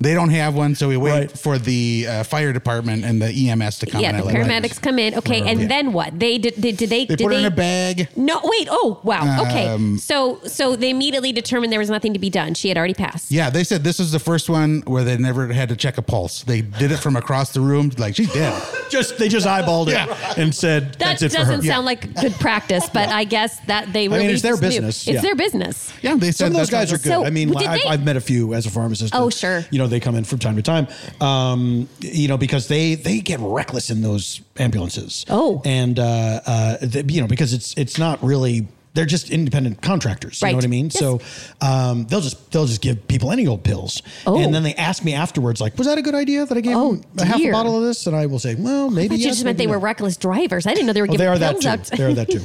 Speaker 7: They don't have one, so we wait
Speaker 3: Right.
Speaker 7: for the uh, fire department and the EMS to come.
Speaker 4: yeah,
Speaker 7: and
Speaker 4: the
Speaker 7: I let them-
Speaker 4: paramedics come in. Okay, and then what? They did. Did, did they?
Speaker 7: They
Speaker 4: did
Speaker 7: put
Speaker 4: they
Speaker 7: her in a bag.
Speaker 4: No, wait. Oh, wow. Okay.
Speaker 7: Um,
Speaker 4: so, so they immediately determined there was nothing to be done. She had already passed.
Speaker 7: Yeah, they said this is the first one where they never had to check a pulse. They did it from across the room, like she's dead.
Speaker 3: Just they just eyeballed it and said
Speaker 4: That
Speaker 3: that's it for her.
Speaker 4: doesn't sound like good practice, but I guess that they really
Speaker 3: mean, it's their
Speaker 4: just knew.
Speaker 3: business,
Speaker 4: It's
Speaker 3: yeah.
Speaker 4: their business.
Speaker 7: Yeah, they
Speaker 3: Some
Speaker 7: said
Speaker 3: of those
Speaker 7: that's
Speaker 3: guys
Speaker 7: what-
Speaker 3: are good.
Speaker 4: So,
Speaker 3: I mean,
Speaker 4: did
Speaker 3: I've,
Speaker 4: they-
Speaker 3: I've met a few as a pharmacist.
Speaker 4: Oh,
Speaker 3: and,
Speaker 4: sure.
Speaker 3: You know, they come in from time to time. Um, you know, because they they get reckless in those ambulances.
Speaker 4: Oh.
Speaker 3: and uh, uh, the, you know, because it's it's not really they're just independent contractors. You
Speaker 4: Right.
Speaker 3: know what I mean?
Speaker 4: Yes.
Speaker 3: So um, they'll just they'll just give people any old pills,
Speaker 4: Oh.
Speaker 3: and then they ask me afterwards, like, was that a good idea that I gave
Speaker 4: Oh,
Speaker 3: them a half a
Speaker 4: dear.
Speaker 3: bottle of this? And I will say, well, maybe
Speaker 4: But you
Speaker 3: yes,
Speaker 4: just meant
Speaker 3: maybe
Speaker 4: they were
Speaker 3: no."
Speaker 4: reckless drivers. I didn't know they were
Speaker 3: Oh,
Speaker 4: giving
Speaker 3: they are that
Speaker 4: pills out.
Speaker 3: too. They are that too.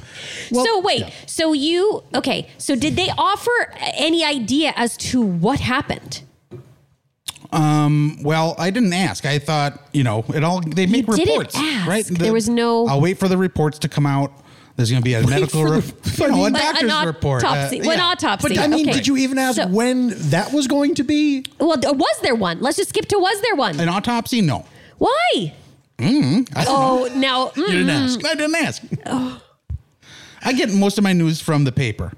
Speaker 4: so wait. So you okay? So did they offer any idea as to what happened?
Speaker 7: Well, I didn't ask. I thought you know it all. They make
Speaker 4: didn't
Speaker 7: reports,
Speaker 4: ask.
Speaker 7: right?
Speaker 4: There was no-
Speaker 7: I'll wait for the reports to come out. There's going to be a medical
Speaker 3: for the-
Speaker 7: report, you know, a
Speaker 4: But
Speaker 7: doctor's
Speaker 4: an
Speaker 7: report. uh,
Speaker 4: autopsy. Well, an
Speaker 7: yeah.
Speaker 4: autopsy.
Speaker 3: But I mean,
Speaker 4: Okay.
Speaker 3: did you even ask
Speaker 4: So-
Speaker 3: when that was going to be?
Speaker 4: Well, was there one? Let's just skip to was there one?
Speaker 7: An autopsy? No,
Speaker 4: Why?
Speaker 3: Mm,
Speaker 4: oh, now mm,
Speaker 7: I didn't ask. I didn't ask. I get most of my news from the paper.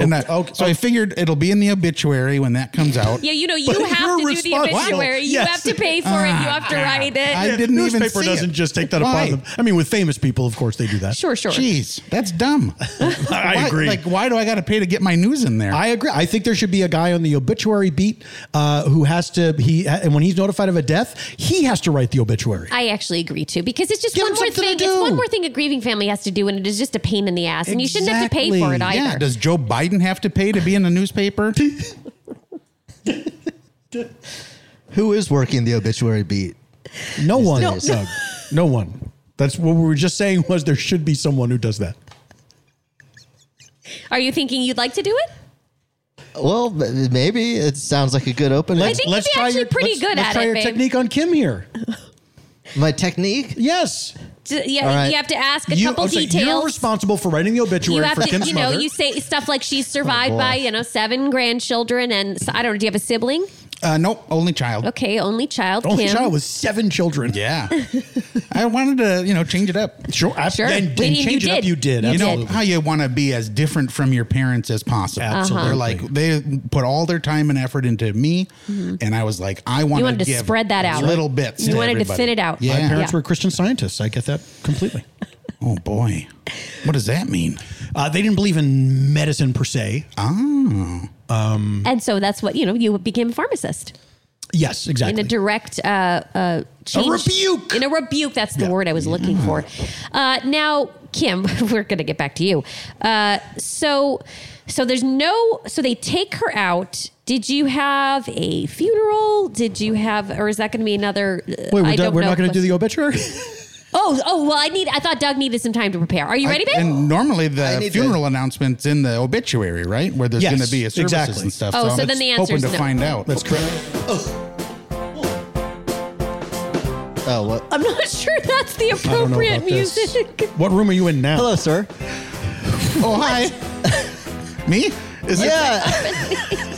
Speaker 7: And I,
Speaker 3: Okay.
Speaker 7: so I figured itll be in the obituary when that comes out.
Speaker 4: yeah, you know, you
Speaker 3: But
Speaker 4: have to
Speaker 3: you're
Speaker 4: do the
Speaker 3: responsible.
Speaker 4: obituary. You
Speaker 3: Yes. Ah,
Speaker 4: have to pay for it. You have to write it.
Speaker 7: I didn't even
Speaker 3: newspaper
Speaker 7: see
Speaker 3: doesn't
Speaker 7: it.
Speaker 3: just take that
Speaker 7: Why?
Speaker 3: upon them. I mean, with famous people, of course, they do that.
Speaker 4: sure, sure.
Speaker 7: Jeez, that's dumb.
Speaker 3: I
Speaker 7: Why-
Speaker 3: agree.
Speaker 7: Like, why do I got to pay to get my news in there?
Speaker 3: I agree. I think there should be a guy on the obituary beat uh, who has to he and when he's notified of a death, he has to write the obituary.
Speaker 4: I actually agree too because it's just
Speaker 3: Give
Speaker 4: one
Speaker 3: them
Speaker 4: more
Speaker 3: something
Speaker 4: thing.
Speaker 3: to
Speaker 4: It's
Speaker 3: do.
Speaker 4: one more thing a grieving family has to do, and it is just a pain in the ass, and you shouldn't have to pay for it either.
Speaker 3: Exactly.
Speaker 7: yeah. Does Joe Biden have to pay to be in the newspaper?
Speaker 5: Who is working the obituary beat?
Speaker 3: no one,
Speaker 5: No.
Speaker 3: Doug. no. one. That's what we were just saying was there should be someone who does that.
Speaker 4: Are you thinking you'd like to do it?
Speaker 5: Well, m- maybe it sounds like a good opening.
Speaker 4: I think you'd be actually pretty
Speaker 3: let's-
Speaker 4: good
Speaker 3: let's
Speaker 4: at
Speaker 3: try
Speaker 4: it,
Speaker 3: your
Speaker 4: babe.
Speaker 3: technique on Kim here.
Speaker 5: My technique.
Speaker 3: Yes,
Speaker 4: D- yeah,
Speaker 5: All right.
Speaker 4: you have to ask a couple
Speaker 3: I'm sorry, You're
Speaker 4: details.
Speaker 3: responsible for writing the obituary
Speaker 4: You have
Speaker 3: for
Speaker 4: to,
Speaker 3: Kim's
Speaker 4: you know,
Speaker 3: mother. Oh,
Speaker 4: you say stuff like she's survived
Speaker 5: boy.
Speaker 4: by, you know, seven grandchildren, and so, I don't know. Do you have a sibling?
Speaker 7: Uh, nope, only child.
Speaker 4: Okay, only child.
Speaker 3: Only
Speaker 4: Kim.
Speaker 3: child with seven children.
Speaker 7: Yeah, I wanted to you know change it up.
Speaker 3: Sure, ab-
Speaker 4: Sure.
Speaker 3: And,
Speaker 4: We
Speaker 3: and
Speaker 4: did-
Speaker 3: change
Speaker 4: you
Speaker 3: it up.
Speaker 4: did.
Speaker 3: You did.
Speaker 4: You
Speaker 7: You know
Speaker 3: absolutely.
Speaker 7: how you want to be as different from your parents as possible.
Speaker 4: Uh-huh.
Speaker 3: Absolutely.
Speaker 7: They're like they put all their time and effort into me, and I was like, I want
Speaker 4: You Mm-hmm. wanted to
Speaker 7: give
Speaker 4: spread that out.
Speaker 7: little bits.
Speaker 4: You
Speaker 7: to
Speaker 4: wanted to
Speaker 7: everybody.
Speaker 4: thin it out.
Speaker 7: Yeah.
Speaker 3: My parents
Speaker 4: Yeah.
Speaker 3: were Christian scientists. I get that completely.
Speaker 7: Oh boy, what does that mean?
Speaker 3: Uh, they didn't believe in medicine per se.
Speaker 7: Uh. Ah.
Speaker 4: And so that's what you know. You became a pharmacist
Speaker 3: Yes,
Speaker 4: in
Speaker 3: exactly.
Speaker 4: a direct uh, uh, change.
Speaker 3: rebuke.
Speaker 4: In a rebuke. That's the
Speaker 3: Yeah.
Speaker 4: word I was looking for. Uh, now, Kim, we're going to get back to you. Uh, so, so there's no. So they take her out. Did you have a funeral? Did you have, or is that going to be another? uh,
Speaker 3: Wait,
Speaker 4: I
Speaker 3: we're,
Speaker 4: don't
Speaker 3: done, we're
Speaker 4: know
Speaker 3: not going to do
Speaker 4: question.
Speaker 3: the obituary.
Speaker 4: Oh, oh well, I need. I thought Doug needed some time to prepare. Are you ready, babe?
Speaker 7: And normally
Speaker 5: I
Speaker 7: the
Speaker 5: need
Speaker 7: funeral announcement's in the obituary, right? Where there's
Speaker 3: Yes,
Speaker 7: going to be a services
Speaker 3: exactly.
Speaker 7: and stuff.
Speaker 4: Oh, so
Speaker 7: I'm
Speaker 4: then the
Speaker 7: just
Speaker 4: answer's
Speaker 7: hoping to
Speaker 4: no.
Speaker 7: find out.
Speaker 3: That's correct.
Speaker 5: Oh, what?
Speaker 4: I'm not sure that's the
Speaker 3: I don't know
Speaker 4: appropriate
Speaker 3: about this.
Speaker 4: music.
Speaker 3: What room are you in now?
Speaker 5: Hello, sir.
Speaker 7: Oh, hi. Me? Is it?
Speaker 5: Yeah.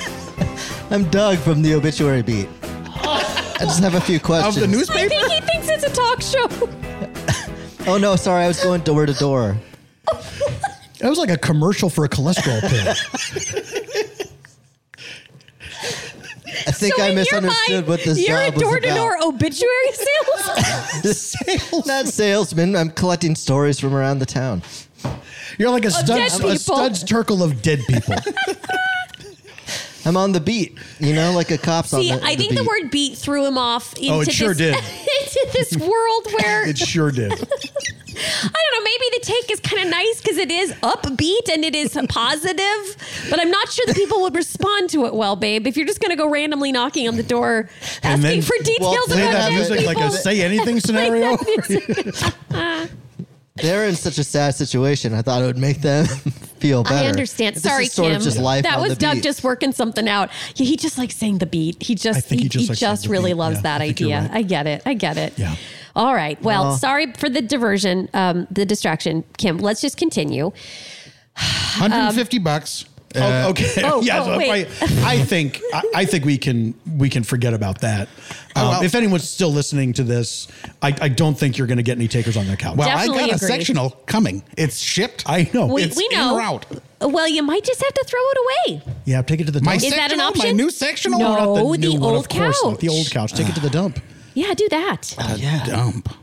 Speaker 5: I'm Doug from the obituary beat. I just have a few
Speaker 7: Of
Speaker 5: questions.
Speaker 7: the
Speaker 4: I
Speaker 7: newspaper?
Speaker 4: think he thinks it's a talk show.
Speaker 5: Oh no, sorry, I was going door to door.
Speaker 3: That was like a commercial for a cholesterol pill.
Speaker 5: I think
Speaker 4: So
Speaker 5: I
Speaker 4: in your
Speaker 5: misunderstood
Speaker 4: mind,
Speaker 5: what this
Speaker 4: you're
Speaker 5: job
Speaker 4: a door
Speaker 5: was
Speaker 4: to door
Speaker 5: about.
Speaker 4: obituary sales.
Speaker 5: Sales. Not salesman. I'm collecting stories from around the town.
Speaker 3: You're like a
Speaker 4: dead
Speaker 3: studs,
Speaker 4: people.
Speaker 3: a studs turkle of dead people.
Speaker 5: I'm on the beat, you know, like a cop's
Speaker 4: See,
Speaker 5: on the
Speaker 4: I think the
Speaker 5: beat.
Speaker 4: word beat threw him off into
Speaker 3: Oh, it sure
Speaker 4: this,
Speaker 3: did.
Speaker 4: into this world where
Speaker 3: it sure did.
Speaker 4: I don't know, maybe the take is kind of nice because it is upbeat and it is positive, but I'm not sure that people would respond to it well, babe. If you're just going to go randomly knocking on the door asking
Speaker 3: And then-
Speaker 4: for details
Speaker 5: Well,
Speaker 4: about
Speaker 5: play that
Speaker 4: dead
Speaker 5: music
Speaker 4: people.
Speaker 3: like a say anything scenario.
Speaker 5: They're in such a sad situation. I thought it would make them feel better.
Speaker 4: I understand.
Speaker 5: This
Speaker 4: Sorry,
Speaker 5: is sort
Speaker 4: Kim.
Speaker 5: of just life
Speaker 4: that
Speaker 5: on
Speaker 4: was
Speaker 5: the
Speaker 4: Doug
Speaker 5: beat.
Speaker 4: just working something out. Yeah, he just like sang the beat. He just
Speaker 3: I think
Speaker 4: he,
Speaker 3: he
Speaker 4: he
Speaker 3: just,
Speaker 4: just,
Speaker 3: like, sang the
Speaker 4: really
Speaker 3: beat.
Speaker 4: loves
Speaker 3: Yeah,
Speaker 4: that
Speaker 3: I think you're
Speaker 4: idea.
Speaker 3: right.
Speaker 4: I get it. I get it.
Speaker 3: Yeah.
Speaker 4: All right. Well,
Speaker 5: Well-
Speaker 4: sorry for the diversion, um, the distraction, Kim. Let's just continue.
Speaker 7: 150 bucks. Uh,
Speaker 3: Oh, okay.
Speaker 4: Um, oh,
Speaker 3: yeah,
Speaker 4: oh,
Speaker 3: so
Speaker 4: wait.
Speaker 3: I, I think I, I think we can we can forget about that. Um,
Speaker 7: Oh, well-
Speaker 3: if anyone's still listening to this, I, I don't think you're going to get any takers on that couch.
Speaker 7: Well, I
Speaker 4: Definitely
Speaker 7: got a
Speaker 4: agree.
Speaker 7: sectional coming. It's shipped.
Speaker 3: I know.
Speaker 4: We,
Speaker 7: It's
Speaker 4: we
Speaker 7: en
Speaker 4: know.
Speaker 7: route.
Speaker 4: Well, you might just have to throw it away.
Speaker 3: yeah, take it to the
Speaker 7: My
Speaker 3: dump.
Speaker 4: Is that an
Speaker 7: sectional?
Speaker 4: option?
Speaker 7: My new sectional?
Speaker 4: No.
Speaker 3: Not
Speaker 4: Oh, the
Speaker 3: new one,
Speaker 4: old
Speaker 3: of course, not the
Speaker 4: couch.
Speaker 3: old couch. Take it to the
Speaker 7: Ah.
Speaker 3: dump.
Speaker 4: Yeah, do that.
Speaker 5: yeah.
Speaker 7: Dump.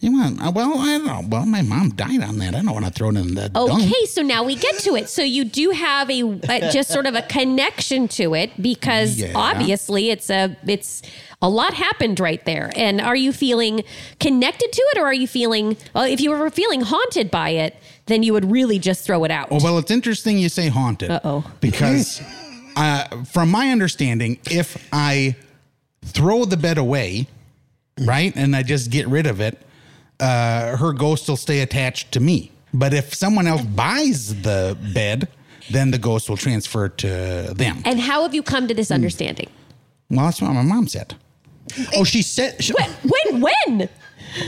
Speaker 7: You want? uh, Well, I don't know. Well, my mom died on that. I don't want to throw it in the dump.
Speaker 4: Okay, so now we get to it. So you do have a uh, just sort of a connection to it because
Speaker 7: Yeah.
Speaker 4: obviously it's a it's a lot happened right there. And are you feeling connected to it, or are you feeling? Well, if you were feeling haunted by it, then you would really just throw it out.
Speaker 7: Oh, well, it's interesting you say haunted.
Speaker 4: Uh-oh.
Speaker 7: Because, uh, from my understanding, if I throw the bed away, right, and I just get rid of it, uh, her ghost will stay attached to me. But if someone else buys the bed, then the ghost will transfer to them.
Speaker 4: and how have you come to this understanding?
Speaker 7: Well, that's what my mom said.
Speaker 3: Oh, she said. She,
Speaker 4: When? When?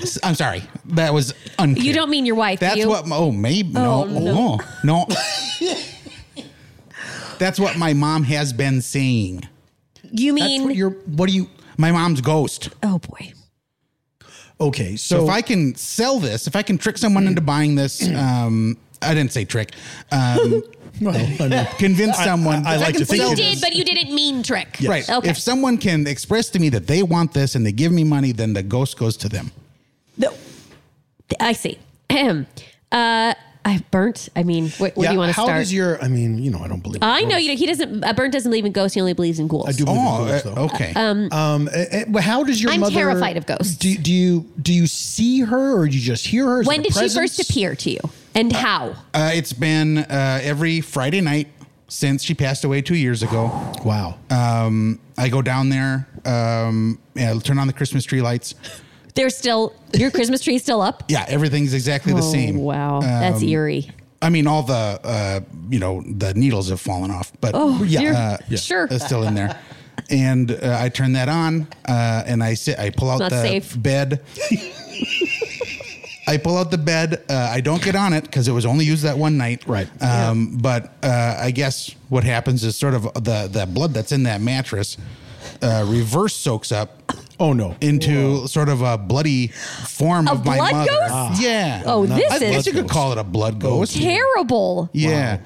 Speaker 7: S- I'm sorry. That was unclear.
Speaker 4: You don't mean your wife? do
Speaker 7: That's
Speaker 4: you?
Speaker 7: what. Oh, maybe.
Speaker 4: Oh,
Speaker 7: no. Oh, no. That's what my mom has been saying.
Speaker 4: you
Speaker 7: That's what
Speaker 4: mean.
Speaker 7: you're. What do you? My mom's ghost.
Speaker 4: Oh boy.
Speaker 3: okay, so,
Speaker 7: So, if I can sell this, if I can trick someone into buying this,
Speaker 4: Mm.
Speaker 7: um, I didn't say trick. Um,
Speaker 3: well, I mean,
Speaker 7: convince someone.
Speaker 3: I
Speaker 7: if
Speaker 3: like
Speaker 7: can
Speaker 3: to think
Speaker 7: sell
Speaker 4: You
Speaker 3: it
Speaker 7: this-
Speaker 4: did, but you didn't mean trick.
Speaker 7: Right.
Speaker 4: Okay.
Speaker 7: If someone can express to me that they want this and they give me money, then the ghost goes to them.
Speaker 4: No. I see. Ahem. uh, I burnt. I mean, wh- where do
Speaker 3: yeah,
Speaker 4: you want to
Speaker 3: how
Speaker 4: start?
Speaker 3: does your? I mean, you know, I don't believe.
Speaker 4: I know you know he doesn't. Uh, burnt doesn't believe in ghosts. He only believes in ghouls.
Speaker 3: I do believe
Speaker 7: Oh,
Speaker 3: in ghosts,
Speaker 7: uh,
Speaker 3: though.
Speaker 7: okay.
Speaker 3: Um, eh, eh, well, how does your
Speaker 4: I'm
Speaker 3: mother?
Speaker 4: terrified of ghosts.
Speaker 3: Do, do you do you see her or do you just hear her? Is it
Speaker 4: When
Speaker 3: a
Speaker 4: did she
Speaker 3: presence?
Speaker 4: first appear to you, and how?
Speaker 7: Uh, it's been uh, every Friday night since she passed away two years ago.
Speaker 3: Wow.
Speaker 7: Um, I go down there, um, and I'll turn on the Christmas tree lights.
Speaker 4: There's still your Christmas tree is still up.
Speaker 7: Yeah, everything's exactly the
Speaker 4: oh,
Speaker 7: same.
Speaker 4: Wow, that's
Speaker 7: Um,
Speaker 4: eerie.
Speaker 7: I mean, all the uh, you know the needles have fallen off, but
Speaker 4: Oh, dear.
Speaker 7: yeah, uh, yeah,
Speaker 4: Sure.
Speaker 7: it's still in there. And uh, I turn that on, uh, and I sit. I pull out
Speaker 4: Not
Speaker 7: the
Speaker 4: safe.
Speaker 7: bed. I pull out the bed. Uh, I don't get on it because it was only used that one night.
Speaker 3: Right.
Speaker 7: Um, But uh, I guess what happens is sort of the the blood that's in that mattress uh, reverse soaks up
Speaker 3: Oh no.
Speaker 7: into sort of a bloody form
Speaker 4: A
Speaker 7: of my
Speaker 4: blood
Speaker 7: mother.
Speaker 4: ghost?
Speaker 7: Yeah.
Speaker 4: Oh, this
Speaker 7: I
Speaker 4: is-
Speaker 7: guess you could call it a blood ghost.
Speaker 4: Terrible.
Speaker 7: Yeah.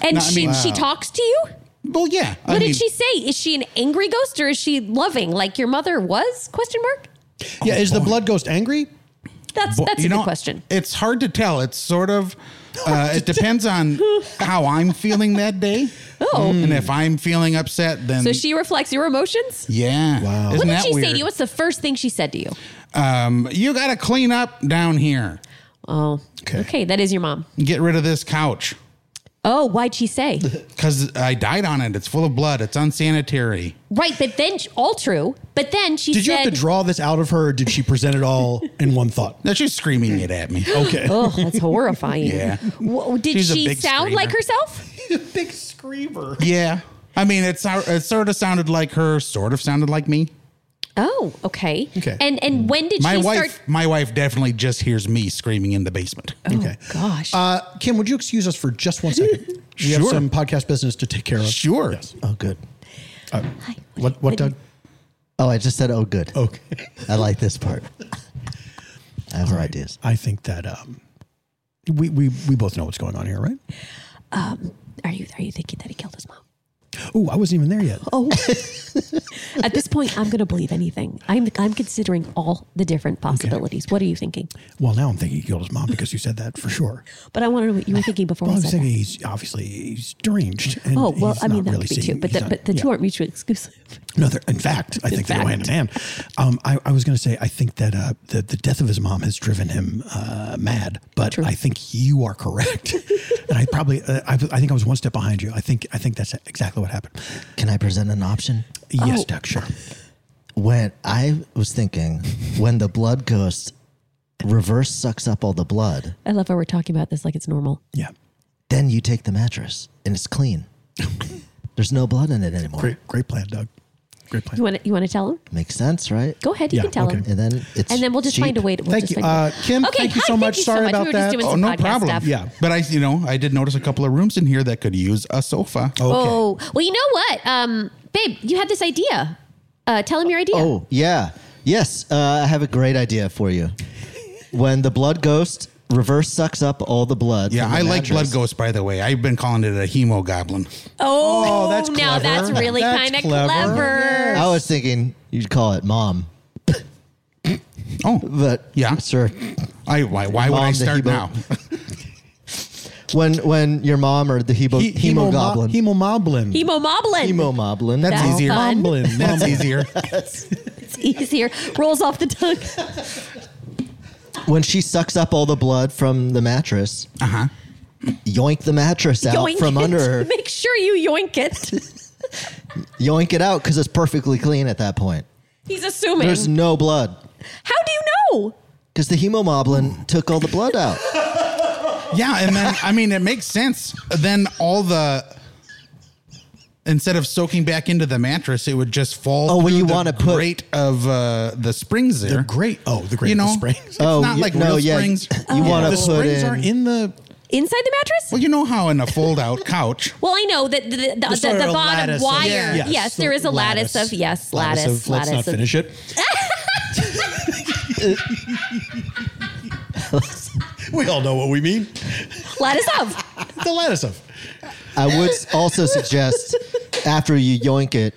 Speaker 4: And
Speaker 7: No, I
Speaker 4: she,
Speaker 7: mean-
Speaker 4: she talks to you?
Speaker 7: Well, yeah.
Speaker 4: What did she say? Is she an angry ghost or is she loving like your mother was? Question mark.
Speaker 3: yeah, is
Speaker 7: Oh,
Speaker 3: the blood ghost angry?
Speaker 4: That's
Speaker 7: Bo-
Speaker 4: that's
Speaker 7: you
Speaker 4: a
Speaker 7: know,
Speaker 4: good question.
Speaker 7: It's hard to tell. It's sort of. Uh, it depends on how I'm feeling that day.
Speaker 4: Oh.
Speaker 7: And if I'm feeling upset, then
Speaker 4: So she reflects your emotions.
Speaker 7: Yeah.
Speaker 3: Wow. What
Speaker 7: Isn't
Speaker 4: what
Speaker 7: that
Speaker 4: did she
Speaker 7: weird?
Speaker 4: say to you? What's the first thing she said to you?
Speaker 7: Um, you got to clean up down here.
Speaker 4: Oh, okay. that is your mom.
Speaker 7: Get rid of this couch
Speaker 4: Oh, why'd she say?
Speaker 7: because I died on it. It's full of blood. It's unsanitary.
Speaker 4: right, but then all true. But then she
Speaker 3: Did you
Speaker 4: said,
Speaker 3: have to draw this out of her? Or did she present it all in one thought?
Speaker 7: Now she's screaming it at me.
Speaker 3: Okay.
Speaker 4: "Oh, that's horrifying."
Speaker 7: Yeah.
Speaker 4: Whoa, did
Speaker 7: She's a
Speaker 4: she
Speaker 7: big
Speaker 4: sound
Speaker 7: screamer.
Speaker 4: like herself?
Speaker 3: Big screamer.
Speaker 7: Yeah. I mean, it's it sort of sounded like her, sort of sounded like me.
Speaker 4: Oh, okay.
Speaker 3: Okay. Mm.
Speaker 4: And and when did
Speaker 7: My
Speaker 4: she
Speaker 7: wife,
Speaker 4: start?
Speaker 7: my wife definitely just hears me screaming in the basement.
Speaker 3: Okay.
Speaker 4: Oh, Gosh.
Speaker 3: Uh, Kim, would you excuse us for just one second? We have
Speaker 7: Sure.
Speaker 3: some podcast business to take care of.
Speaker 7: Sure.
Speaker 3: Yes. Oh, good. Uh, what? What, Doug?
Speaker 5: Oh, I just said, oh, good.
Speaker 3: Okay.
Speaker 5: I like this part. I have no ideas.
Speaker 3: I think that um, we we we both know what's going on here, right?
Speaker 4: are you are you thinking that he killed his mom?
Speaker 3: Oh, I wasn't even there yet.
Speaker 4: Oh. At this point, I'm going to believe anything. I'm I'm considering all the different possibilities. What are you thinking?
Speaker 3: Well, now I'm thinking he killed his mom because you said that for sure.
Speaker 4: But I want to know what you were thinking before
Speaker 3: Well,
Speaker 4: Oh,
Speaker 3: I'm
Speaker 4: I said
Speaker 3: thinking
Speaker 4: that.
Speaker 3: he's obviously he's deranged. And
Speaker 4: Oh well,
Speaker 3: he's
Speaker 4: I mean
Speaker 3: not
Speaker 4: that
Speaker 3: really
Speaker 4: could be two,
Speaker 3: seeing-
Speaker 4: but
Speaker 3: he's
Speaker 4: the,
Speaker 3: not-
Speaker 4: but the
Speaker 3: yeah.
Speaker 4: two aren't mutually exclusive.
Speaker 3: No, they're- in fact, I think they go hand in hand. Um, I, I was going to say, I think that uh, the, the death of his mom has driven him uh, mad, but I think you are correct. and I probably, uh, I, I think I was one step behind you. I think, I think that's exactly what happened.
Speaker 5: Can I present an option?
Speaker 3: Yes, Doug, sure.
Speaker 5: When I was thinking, when the blood ghost reverse sucks up all the blood,
Speaker 4: I love how we're talking about this like it's normal.
Speaker 3: Yeah.
Speaker 5: then you take the mattress and it's clean. There's no blood in it anymore.
Speaker 3: Great, great plan, Doug. Great plan.
Speaker 4: You want to you want to tell him?
Speaker 5: Makes sense, right?
Speaker 4: Go ahead, you
Speaker 3: Yeah,
Speaker 4: can tell
Speaker 3: okay.
Speaker 4: him.
Speaker 5: And then it's
Speaker 4: And then we'll just
Speaker 5: cheap.
Speaker 4: find a way. To, we'll
Speaker 3: Thank
Speaker 4: just
Speaker 3: you.
Speaker 4: find a way.
Speaker 3: Uh, Kim, thank you
Speaker 4: hi,
Speaker 3: so much. Sorry
Speaker 4: We
Speaker 3: about
Speaker 4: were
Speaker 3: that.
Speaker 4: just doing
Speaker 7: Oh,
Speaker 4: some
Speaker 7: no
Speaker 4: podcast
Speaker 7: problem.
Speaker 4: stuff.
Speaker 3: Yeah.
Speaker 7: But I, you know, I did notice a couple of rooms in here that could use a sofa. Oh,
Speaker 4: Oh well, you know what, um, babe, you had this idea. Uh, tell him your idea.
Speaker 5: Oh, yeah. Yes, uh, I have a great idea for you. When the blood ghost reverse sucks up all the blood.
Speaker 7: yeah.
Speaker 5: from the
Speaker 7: I like
Speaker 5: mattress.
Speaker 7: blood ghost, by the way. I've been calling it a hemo goblin.
Speaker 4: Oh,
Speaker 3: that's
Speaker 4: now
Speaker 3: clever.
Speaker 4: that's really
Speaker 3: That's
Speaker 4: kind of
Speaker 3: clever.
Speaker 4: clever.
Speaker 5: I was thinking you'd call it mom,
Speaker 7: Oh,
Speaker 5: but
Speaker 7: Yeah.
Speaker 5: sure.
Speaker 7: I why, why would I
Speaker 5: Mom, the
Speaker 7: start
Speaker 5: hemo-
Speaker 7: now?
Speaker 5: When when your mom or the hebo,
Speaker 3: He-
Speaker 5: hemo goblin, hemo,
Speaker 3: Hemomoblin.
Speaker 4: Hemomoblin.
Speaker 5: moblin,
Speaker 7: That's
Speaker 4: That's
Speaker 7: easier.
Speaker 4: fun.
Speaker 3: Moblin.
Speaker 7: That's easier.
Speaker 4: It's easier. Rolls off the tongue.
Speaker 5: when she sucks up all the blood from the mattress,
Speaker 7: Uh huh.
Speaker 5: yoink the mattress out
Speaker 4: Yoink
Speaker 5: from
Speaker 4: it.
Speaker 5: under her,
Speaker 4: Make sure you yoink it.
Speaker 5: yoink it out because it's perfectly clean at that point.
Speaker 4: He's assuming.
Speaker 5: There's no blood
Speaker 4: How do you know?
Speaker 5: because the hemomoblin took all the blood out.
Speaker 7: Yeah, and then I mean, it makes sense. Then all the instead of soaking back into the mattress, it would just fall.
Speaker 5: Oh, well,
Speaker 7: through
Speaker 5: you
Speaker 7: the
Speaker 5: wanna put-
Speaker 7: grate of uh, the springs there.
Speaker 3: The grate- oh, the grate
Speaker 7: You
Speaker 3: of the
Speaker 7: know,
Speaker 3: springs.
Speaker 7: It's
Speaker 5: Oh,
Speaker 7: not
Speaker 5: you-
Speaker 7: like
Speaker 5: no,
Speaker 7: real
Speaker 5: yeah,
Speaker 7: springs.
Speaker 5: you wanna
Speaker 3: The
Speaker 5: put
Speaker 3: springs
Speaker 5: in-
Speaker 3: are in the.
Speaker 4: Inside the mattress?
Speaker 7: Well, you know how in a fold-out couch.
Speaker 4: Well, I know that the, the, the,
Speaker 3: sort
Speaker 4: the
Speaker 3: of
Speaker 4: bottom
Speaker 3: lattice of-
Speaker 4: wire.
Speaker 7: Yeah.
Speaker 4: Yes, there is a lattice, of yes, lattice,
Speaker 3: of- Let's not
Speaker 4: lattice. of-
Speaker 3: finish it. We all know what we mean.
Speaker 4: lattice of.
Speaker 3: The lattice of.
Speaker 5: I would s- also suggest after you yoink it,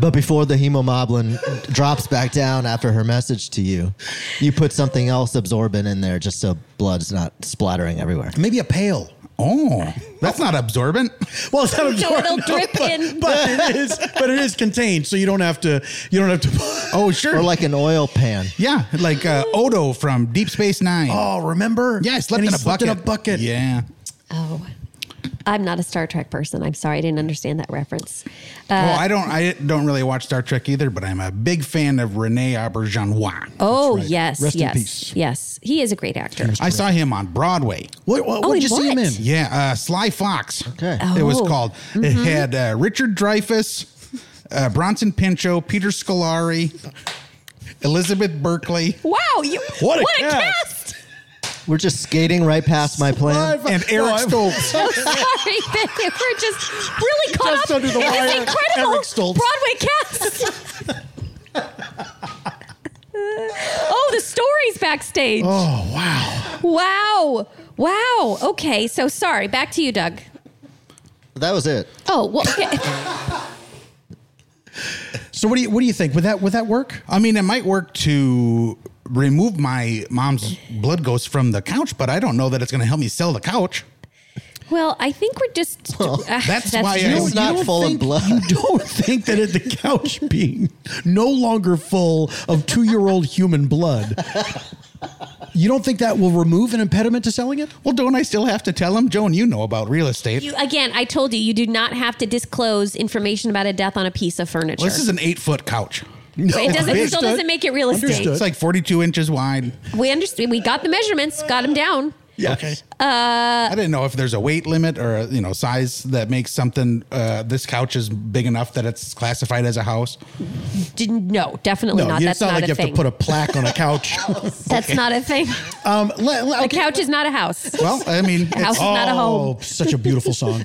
Speaker 5: but before the hemomoblin drops back down after her message to you, you put something else absorbent in there just so blood's not splattering everywhere.
Speaker 3: Maybe a pail.
Speaker 7: Oh, that's not absorbent.
Speaker 3: Well, it's not
Speaker 4: So
Speaker 3: absorbent.
Speaker 4: it'll
Speaker 3: no,
Speaker 4: drip
Speaker 3: but,
Speaker 4: in.
Speaker 3: but it is, but it is contained, so you don't have to. You don't have to.
Speaker 7: Oh, sure.
Speaker 5: Or like an oil pan.
Speaker 7: yeah, like uh, Odo from Deep Space Nine.
Speaker 3: Oh, remember?
Speaker 7: yeah, I slept
Speaker 3: And
Speaker 7: in
Speaker 3: he
Speaker 7: a
Speaker 3: slept
Speaker 7: bucket.
Speaker 3: in a bucket.
Speaker 7: Yeah.
Speaker 4: Oh. I'm not a Star Trek person. I'm sorry, I didn't understand that reference.
Speaker 7: well,
Speaker 4: Uh,
Speaker 7: I don't. I don't really watch Star Trek either, but I'm a big fan of Rene Auberjonois.
Speaker 4: Oh yes,
Speaker 3: Rest in
Speaker 4: yes,
Speaker 3: peace.
Speaker 4: yes. He is a great actor.
Speaker 7: I saw him on Broadway.
Speaker 3: What, what,
Speaker 4: Oh,
Speaker 3: what did you
Speaker 4: in
Speaker 3: see him
Speaker 4: what?
Speaker 3: in?
Speaker 7: Yeah, uh, Sly Fox.
Speaker 5: Okay.
Speaker 7: It was
Speaker 4: Oh.
Speaker 7: called. It had uh, Richard Dreyfuss, uh, Bronson Pinchot, Peter Scolari, Elizabeth Berkley,
Speaker 4: Wow, you
Speaker 3: What a
Speaker 4: cast!
Speaker 5: We're just skating right past my plan.
Speaker 7: and Eric Stoltz.
Speaker 4: I'm sorry, that you we're just really caught
Speaker 3: Just
Speaker 4: up
Speaker 3: under the
Speaker 4: in
Speaker 3: wire,
Speaker 4: this incredible
Speaker 3: Eric Stoltz.
Speaker 4: Broadway cast. oh, the stories backstage.
Speaker 3: Oh, wow.
Speaker 4: Wow, wow. Okay, so sorry. Back to you, Doug.
Speaker 5: That was it.
Speaker 4: Oh, well, okay.
Speaker 3: So what do you what do you think? Would that would that work?
Speaker 7: I mean, it might work to remove my mom's blood ghost from the couch, but I don't know that it's going to help me sell the couch.
Speaker 4: well, I think we're just. Ah,
Speaker 7: that's why I-
Speaker 4: true.
Speaker 5: It's
Speaker 7: don't-
Speaker 5: not
Speaker 3: don't
Speaker 5: full of
Speaker 3: think-
Speaker 5: blood.
Speaker 3: You don't think that it, the couch being no longer full of two year old human blood, you don't think that will remove an impediment to selling it?
Speaker 7: Well, don't I still have to tell him, Joan? You know about real estate.
Speaker 4: You, again, I told you, you do not have to disclose information about a death on a piece of furniture.
Speaker 7: Well, this is an eight-foot couch.
Speaker 3: No,
Speaker 4: But it doesn't- it still
Speaker 3: Understood.
Speaker 4: doesn't make it real estate.
Speaker 3: Understood.
Speaker 7: It's like 42 inches wide.
Speaker 4: we understand. We got the measurements, got them down.
Speaker 3: Yeah.
Speaker 7: I didn't know if there's a weight limit or a, you know size that makes something. Uh, this couch is big enough that it's classified as a house.
Speaker 4: Didn't, no, definitely
Speaker 3: No,
Speaker 4: not.
Speaker 3: you-
Speaker 4: That's
Speaker 3: it's not
Speaker 4: not,
Speaker 3: like
Speaker 4: a
Speaker 3: you have
Speaker 4: thing.
Speaker 3: to put a plaque on a couch.
Speaker 4: That's not a thing.
Speaker 3: um, le- le-
Speaker 4: A
Speaker 3: okay.
Speaker 4: couch is not a house.
Speaker 7: Well, I mean,
Speaker 4: A house is not a home.
Speaker 3: Oh, such a beautiful song.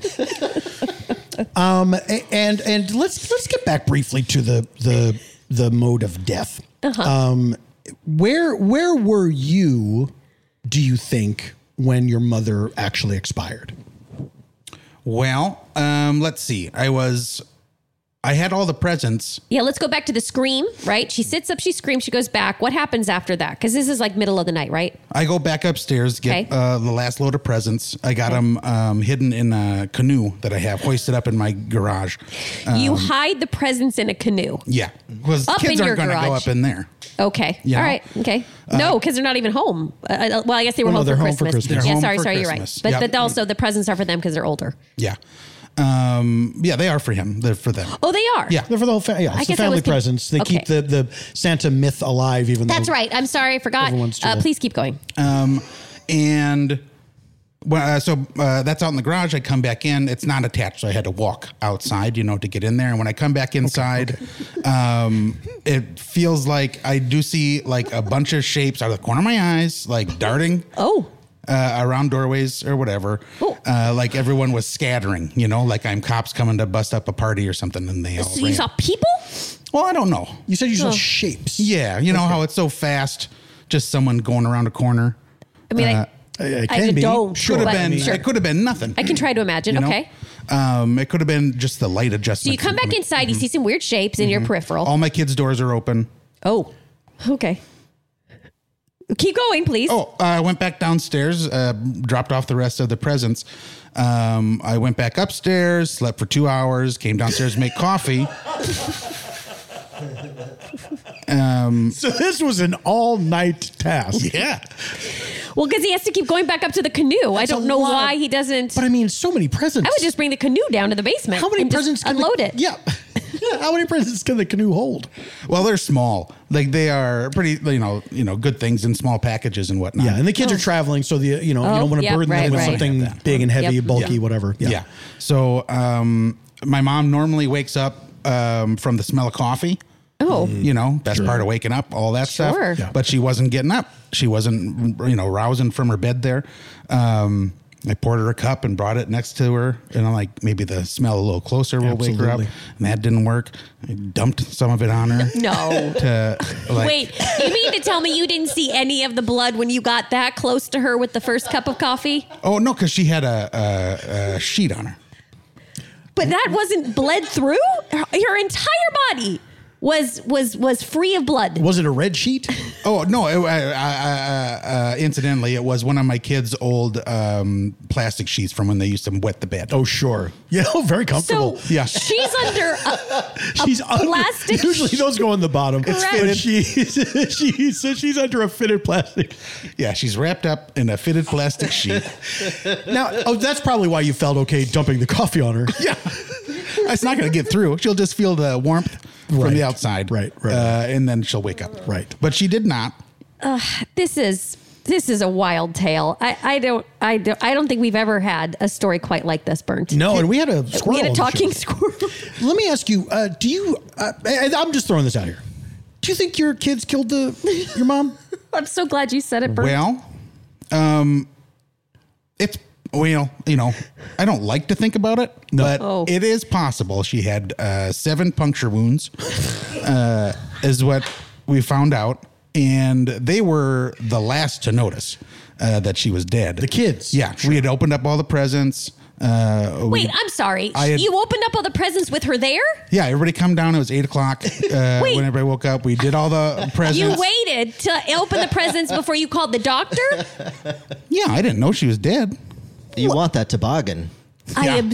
Speaker 3: um, a- and and let's let's get back briefly to the the the mode of death.
Speaker 4: Uh-huh.
Speaker 3: Um, where where were you? Do you think when your mother actually expired?
Speaker 7: well, um, let's see. I was, I had all the presents.
Speaker 4: Yeah, let's go back to the scream, right? She sits up, she screams, she goes back. What happens after that? Because this is like middle of the night, right?
Speaker 7: I go back upstairs,
Speaker 4: Okay.
Speaker 7: get uh, the last load of presents. I got them um, hidden in a canoe that I have hoisted up in my garage. Uh,
Speaker 3: Um,
Speaker 4: you hide the presents in a canoe.
Speaker 7: yeah,
Speaker 3: Mm-hmm.
Speaker 7: because
Speaker 4: Up
Speaker 7: kids
Speaker 4: in your
Speaker 7: aren't going to go
Speaker 4: garage.
Speaker 7: up in there.
Speaker 4: Okay.
Speaker 7: Yeah.
Speaker 4: All right. Okay. no, because they're not even home. Uh, Uh, well, I guess they were
Speaker 3: Uh, Well, no,
Speaker 4: home,
Speaker 3: they're
Speaker 4: for
Speaker 3: home for
Speaker 4: Christmas.
Speaker 3: Christmas.
Speaker 7: They're
Speaker 4: Yeah.
Speaker 7: home
Speaker 4: Sorry.
Speaker 7: for
Speaker 4: Sorry.
Speaker 7: Christmas.
Speaker 4: You're right. But
Speaker 7: Yeah.
Speaker 4: that also the presents are for them because they're older.
Speaker 7: Yeah, um, yeah, they are for him. They're for them.
Speaker 4: Oh, they are.
Speaker 7: Yeah.
Speaker 3: They're for the whole family. Yeah,
Speaker 4: I
Speaker 3: it's the
Speaker 4: guess I
Speaker 3: family
Speaker 4: was con-
Speaker 3: presents. They keep
Speaker 4: Okay.
Speaker 3: the the Santa myth alive, even
Speaker 4: That's
Speaker 3: though
Speaker 4: right. I'm sorry. I forgot.
Speaker 3: Everyone's too
Speaker 4: Uh,
Speaker 3: old.
Speaker 4: please keep going.
Speaker 7: Um, and well, uh, so uh, that's out in the garage. I come back in. It's not attached, so I had to walk outside, you know, to get in there. And when I come back inside, um, it feels like I do see like a bunch of shapes out of the corner of my eyes, like darting.
Speaker 4: Oh.
Speaker 7: Uh, around doorways or whatever,
Speaker 4: Oh.
Speaker 7: uh, like everyone was scattering, you know, like I'm cops coming to bust up a party or something, and they all.
Speaker 4: So you
Speaker 7: ran.
Speaker 4: saw people?
Speaker 7: well, I don't know.
Speaker 3: You said you saw shapes.
Speaker 7: Yeah, you know how it's so fast, just someone going around a corner.
Speaker 4: I mean,
Speaker 7: Uh,
Speaker 4: I,
Speaker 3: it
Speaker 4: I
Speaker 3: can be.
Speaker 4: don't.
Speaker 7: Could have
Speaker 4: but
Speaker 7: been.
Speaker 4: Sure.
Speaker 7: It could have been nothing.
Speaker 4: I can try to imagine.
Speaker 7: You know?
Speaker 4: Okay.
Speaker 7: Um, it could have been just the light
Speaker 4: So
Speaker 7: adjustment.
Speaker 4: you come back inside,
Speaker 3: Mm-hmm.
Speaker 4: you see some weird shapes in your peripheral.
Speaker 7: All my kids' doors are open.
Speaker 4: oh. Okay. Keep going, please.
Speaker 7: Oh, I went back downstairs, uh, dropped off the rest of the presents. Um, I went back upstairs, slept for two hours, came downstairs to make coffee.
Speaker 3: So this was an all night task.
Speaker 7: Yeah.
Speaker 4: Well, because he has to keep going back up to the canoe. I
Speaker 3: That's
Speaker 4: don't
Speaker 3: a
Speaker 4: know
Speaker 3: lot
Speaker 4: why
Speaker 3: of-
Speaker 4: he doesn't.
Speaker 3: But I mean, so many presents.
Speaker 4: I would just bring the canoe down to the basement.
Speaker 3: How many
Speaker 4: and just
Speaker 3: presents can
Speaker 4: unload
Speaker 3: the,
Speaker 4: it?
Speaker 3: Yeah. Yeah, How many presents can the canoe hold?
Speaker 7: Well, they're small. Like they are pretty, you know, you know, good things in small packages and whatnot.
Speaker 3: Yeah, and the kids are traveling, so the you know you
Speaker 4: Oh,
Speaker 3: don't want to
Speaker 4: yeah,
Speaker 3: burden
Speaker 4: right,
Speaker 3: them with
Speaker 4: right.
Speaker 3: something
Speaker 7: Something like
Speaker 3: big and heavy,
Speaker 4: Yep.
Speaker 3: bulky,
Speaker 7: Yeah.
Speaker 3: whatever.
Speaker 7: Yeah. So um, my mom normally wakes up um, from the smell of coffee.
Speaker 4: Oh.
Speaker 3: Mm.
Speaker 7: You know, best part of waking up, all that
Speaker 4: Sure.
Speaker 7: stuff.
Speaker 4: Yeah.
Speaker 7: But she wasn't getting up. She wasn't, you know, rousing from her bed there. Um, I poured her a cup and brought it next to her. And I'm like, maybe the smell a little closer will wake her up.
Speaker 3: Absolutely.
Speaker 7: And that didn't work. I dumped some of it on her.
Speaker 4: No.
Speaker 7: To, like,
Speaker 4: Wait, you mean to tell me you didn't see any of the blood when you got that close to her with the first cup of coffee?
Speaker 7: Oh, no, because she had a, a, a sheet on her.
Speaker 4: But that wasn't bled through her entire body. was was was free of blood.
Speaker 3: Was it a red sheet?
Speaker 7: Oh no! It, I, I, I, uh, incidentally, it was one of my kids' old um, plastic sheets from when they used to wet the bed.
Speaker 3: Oh, sure. Yeah, oh, very
Speaker 4: so
Speaker 3: comfortable.
Speaker 7: Yeah.
Speaker 4: she's under a,
Speaker 3: she's under,
Speaker 4: plastic
Speaker 3: Usually those go on the bottom.
Speaker 4: Correct.
Speaker 3: But She, she so she's under a fitted plastic.
Speaker 7: Yeah, she's wrapped up in a fitted plastic sheet.
Speaker 3: Now, oh, that's probably why you felt okay dumping the coffee on her.
Speaker 7: yeah, it's not going to get through. She'll just feel the warmth from
Speaker 3: Right.
Speaker 7: the outside,
Speaker 3: Right, right.
Speaker 7: Uh, and then she'll wake
Speaker 4: Oh.
Speaker 7: up,
Speaker 3: Right.
Speaker 7: But she did not.
Speaker 4: this is this is a wild tale. I, I don't I don't I don't think we've ever had a story quite like this burnt.
Speaker 3: No, and we had a squirrel.
Speaker 4: we had
Speaker 3: on the
Speaker 4: a
Speaker 3: show.
Speaker 4: talking squirrel.
Speaker 3: Let me ask you: uh, Do you? Uh, I, I'm just throwing this out here. Do you think your kids killed the your mom?
Speaker 4: I'm so glad you said it burnt.
Speaker 7: Well, um, it's well, you know, I don't like to think about it, but
Speaker 4: Oh.
Speaker 7: it is possible she had uh, seven puncture wounds, uh, is what we found out, and they were the last to notice uh, that she was dead. The
Speaker 3: kids?
Speaker 7: yeah, we had opened up all the presents. Uh, we-
Speaker 4: Wait, I'm sorry.
Speaker 7: I had-
Speaker 4: you opened up all the presents with her there?
Speaker 7: yeah, everybody come down. It was eight o'clock uh, when everybody woke up. We did all the presents.
Speaker 4: You waited to open the presents before you called the doctor?
Speaker 7: yeah, I didn't know she was dead.
Speaker 5: You want that toboggan.
Speaker 4: I
Speaker 7: Yeah.
Speaker 4: am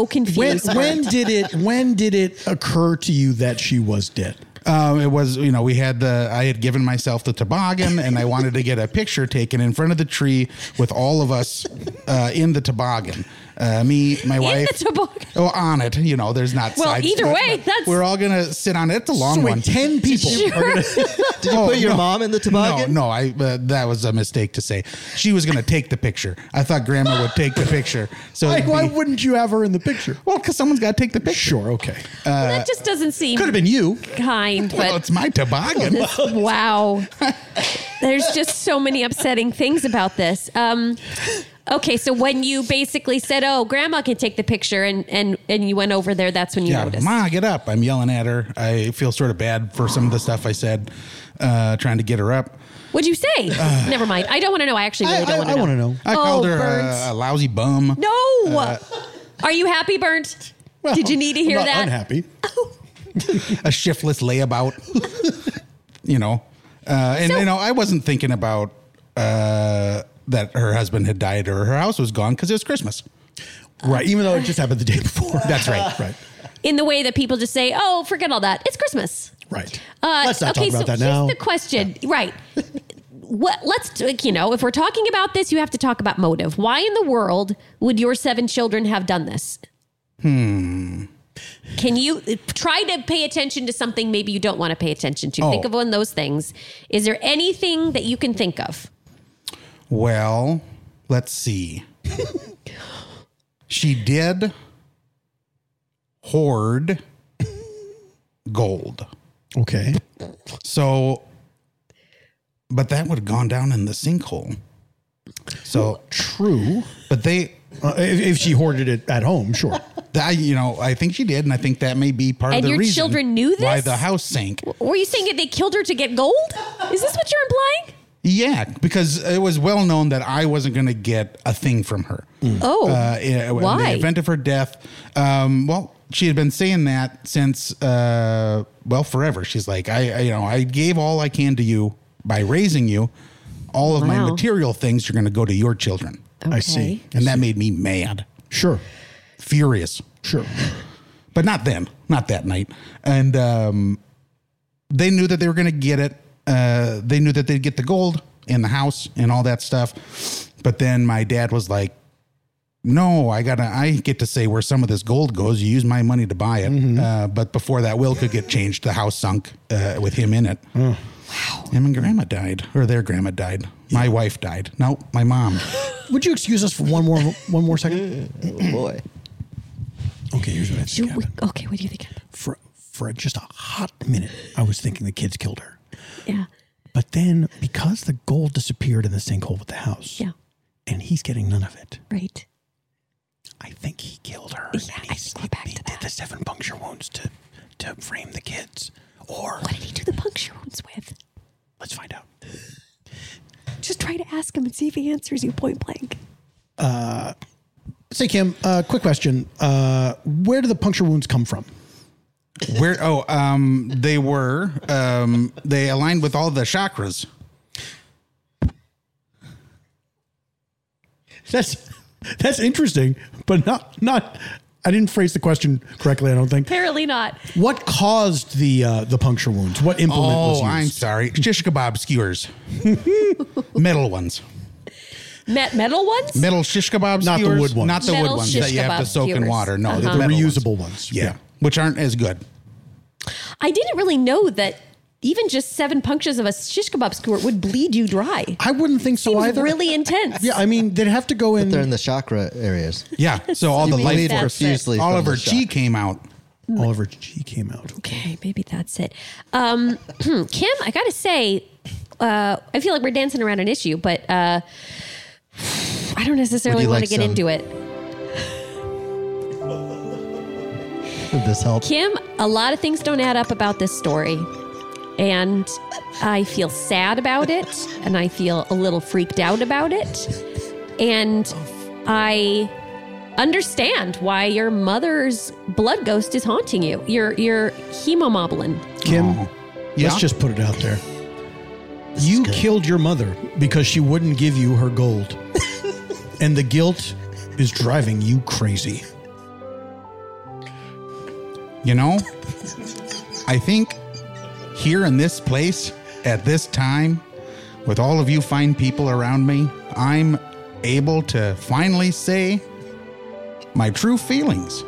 Speaker 3: When,
Speaker 4: confused.
Speaker 3: when did it? When did it occur to you that she was dead?
Speaker 7: Um, it was, you know, we had the, I had given myself the toboggan and I wanted to get a picture taken in front of the tree with all of us uh, in the toboggan. Uh, me, my
Speaker 4: In
Speaker 7: wife.
Speaker 4: the toboggan.
Speaker 7: Oh, on it. You know, there's not.
Speaker 4: Well,
Speaker 7: sides
Speaker 4: either
Speaker 7: to it,
Speaker 4: way,
Speaker 7: but
Speaker 4: that's-
Speaker 7: We're all going to sit on it. It's a long
Speaker 3: So wait,
Speaker 7: one.
Speaker 3: 10 people Sure. are gonna-
Speaker 7: Did you
Speaker 5: put your mom in the toboggan?
Speaker 7: No, no I, uh, that was a mistake to say. She was going to take the picture. I thought grandma would take the picture. So,
Speaker 3: Like,
Speaker 7: it'd
Speaker 3: why
Speaker 7: be-
Speaker 3: wouldn't you have her in the picture?
Speaker 7: well, because someone's got to take the picture.
Speaker 3: Sure. Okay.
Speaker 4: Well, that just doesn't seem
Speaker 3: Could have been you.
Speaker 4: kind,
Speaker 7: Well,
Speaker 4: but
Speaker 7: it's my toboggan.
Speaker 4: wow. There's just so many upsetting things about this. Um, okay, so when you basically said, "Oh, grandma can take the picture," and and and you went over there, that's when you
Speaker 7: Yeah,
Speaker 4: noticed.
Speaker 7: Ma, get up. I'm yelling at her. I feel sort of bad for some of the stuff I said, uh, trying to get her up.
Speaker 4: What'd you say? Never mind. I don't want to know. I actually really
Speaker 3: Uh, I-
Speaker 4: don't want
Speaker 3: I-
Speaker 4: to
Speaker 3: I
Speaker 4: know.
Speaker 3: wanna know. Uh,
Speaker 7: I
Speaker 4: oh,
Speaker 7: called her uh,
Speaker 4: Burnt.
Speaker 7: a, a lousy bum.
Speaker 4: no. Are you happy, Burnt? Oh, Did you need to hear
Speaker 3: I'm not
Speaker 4: that?
Speaker 3: Unhappy.
Speaker 7: a shiftless layabout. you know, uh, and you know, I wasn't thinking about uh, that her husband had died or her house was gone because it was Christmas.
Speaker 3: Right. Even though it just happened the day before.
Speaker 7: That's right.
Speaker 3: Right.
Speaker 4: In the way that people just say, "Oh, forget all that. It's Christmas."
Speaker 3: Right.
Speaker 4: Uh,
Speaker 3: Let's not
Speaker 4: okay,
Speaker 3: talk about
Speaker 4: so
Speaker 3: that now.
Speaker 4: Here's the question, right? what? Let's like, you know, if we're talking about this, you have to talk about motive. Why in the world would your seven children have done this? Hmm. Can you uh, try to pay attention to something maybe you don't want to pay attention to? Think
Speaker 7: Oh.
Speaker 4: of one of those things. Is there anything that you can think of?
Speaker 7: Well, let's see. she did hoard gold.
Speaker 3: Okay.
Speaker 7: So, but that would have gone down in the sinkhole. So,
Speaker 3: True.
Speaker 7: but they,
Speaker 3: Uh, if, if she hoarded it at home, sure.
Speaker 7: I, you know, I think she did, and I think that may be part
Speaker 4: And
Speaker 7: of the
Speaker 4: your
Speaker 7: reason
Speaker 4: children knew
Speaker 7: why
Speaker 4: this?
Speaker 7: the house sank.
Speaker 4: Were you saying that they killed her to get gold? Is this what you're implying?
Speaker 7: Yeah, because it was well known that I wasn't going to get a thing from her.
Speaker 4: Oh,
Speaker 7: Uh, in- In
Speaker 4: Why?
Speaker 7: the event of her death, um, well, she had been saying that since, uh, well, forever. She's like, I, I, you know, I gave all I can to you by raising you. All of my
Speaker 4: Wow.
Speaker 7: material things are going to go to your children.
Speaker 3: I see.
Speaker 7: And that made me mad,
Speaker 3: Sure.
Speaker 7: furious.
Speaker 3: Sure.
Speaker 7: But not then, not that night. And um, they knew that they were going to get it. Uh, they knew that they'd get the gold in the house and all that stuff. But then my dad was like, no, I gotta. I get to say where some of this gold goes. You use my money to buy it, uh, but before that will could get changed, the house sunk uh, with him in it. Wow. Him and Grandma died, or their Grandma died. My wife died. No, my mom.
Speaker 3: Would you excuse us for one more one more second?
Speaker 4: Oh,
Speaker 5: Boy.
Speaker 3: Okay, here's what I think
Speaker 4: we-
Speaker 3: happened.
Speaker 4: okay. What do you think?
Speaker 3: For for just a hot minute, I was thinking the kids killed her.
Speaker 4: Yeah,
Speaker 3: But then because the gold disappeared in the sinkhole with the house,
Speaker 4: yeah,
Speaker 3: and he's getting none of it,
Speaker 4: right.
Speaker 3: I think he killed her.
Speaker 4: Yeah, I
Speaker 3: and he's-
Speaker 4: think we're back
Speaker 3: he
Speaker 4: to
Speaker 3: did the seven puncture wounds to to frame the kids. Or
Speaker 4: What did he do the puncture wounds with?
Speaker 3: let's find out.
Speaker 4: Just try to ask him and see if he answers you point blank.
Speaker 3: Say Kim, uh, quick question. Uh, where do the puncture wounds come from?
Speaker 7: Where? Oh, um, they were. Um, they aligned with all the chakras.
Speaker 3: That's that's interesting, but not not. I didn't phrase the question correctly. I don't think.
Speaker 4: Apparently not.
Speaker 3: What caused the uh, the puncture wounds? What implement was used?
Speaker 7: Oh, I'm sorry. Shish kebab skewers, metal ones,
Speaker 4: Met metal ones?
Speaker 7: metal shish kebab
Speaker 3: Not the
Speaker 7: skewers,
Speaker 3: wood ones.
Speaker 7: Not the
Speaker 4: Metal
Speaker 7: wood ones
Speaker 4: shish
Speaker 7: that you have to
Speaker 4: kebab
Speaker 7: soak in
Speaker 4: skewers.
Speaker 7: water. No,
Speaker 4: Uh-huh.
Speaker 7: the metal
Speaker 3: Reusable ones.
Speaker 7: Yeah.
Speaker 3: Yeah.
Speaker 7: which aren't as good.
Speaker 4: I didn't really know that even just seven punctures of a shish kebab skewer would bleed you dry.
Speaker 3: I wouldn't think so
Speaker 4: Seems
Speaker 3: either.
Speaker 4: really intense.
Speaker 3: Yeah, I mean, they'd have to go in.
Speaker 5: They're in the chakra areas.
Speaker 7: Yeah, so all the
Speaker 4: Maybe
Speaker 7: life
Speaker 5: Bleed
Speaker 4: that's
Speaker 7: force.
Speaker 5: profusely.
Speaker 7: All
Speaker 5: from
Speaker 7: of her
Speaker 5: the
Speaker 7: chi
Speaker 5: chakra.
Speaker 7: came out.
Speaker 3: Oliver G came out.
Speaker 4: Okay, maybe that's it. Um, Kim, I gotta say, uh, I feel like we're dancing around an issue, but uh, I don't necessarily
Speaker 5: you
Speaker 4: want
Speaker 5: like
Speaker 4: to get
Speaker 5: some?
Speaker 4: into it.
Speaker 5: This helps.
Speaker 4: Kim, a lot of things don't add up about this story. And I feel sad about it. And I feel a little freaked out about it. And I understand why your mother's blood ghost is haunting you. Your your hemomoblin.
Speaker 3: Kim,
Speaker 7: Yeah.
Speaker 3: Oh. let's just put it out there. You killed your mother because she wouldn't give you her gold. and the guilt is driving you crazy.
Speaker 7: You know, I think here in this place at this time, with all of you fine people around me, I'm able to finally say my true feelings.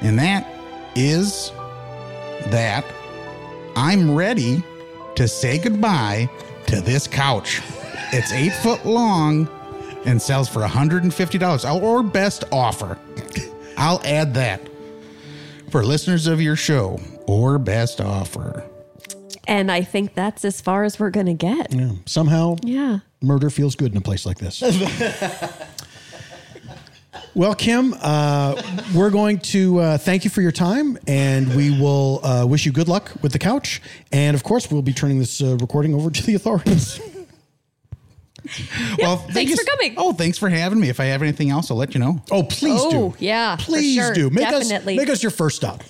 Speaker 7: And that is that I'm ready to say goodbye to this couch. It's eight foot long and sells for $150 or best offer. I'll add that for listeners of your show or best offer.
Speaker 4: And I think that's as far as we're gonna get.
Speaker 3: Yeah. Somehow,
Speaker 4: Yeah.
Speaker 3: murder feels good in a place like this. well, Kim, uh, we're going to uh, thank you for your time, and we will uh, wish you good luck with the couch. And of course, we'll be turning this uh, recording over to the authorities.
Speaker 7: well,
Speaker 4: thanks for coming.
Speaker 7: Oh, thanks for having me. If I have anything else, I'll let you know.
Speaker 3: Oh, please
Speaker 4: Oh,
Speaker 3: do.
Speaker 4: yeah, for
Speaker 3: Please
Speaker 4: sure.
Speaker 3: do. Make
Speaker 4: Definitely.
Speaker 3: us make us your first stop.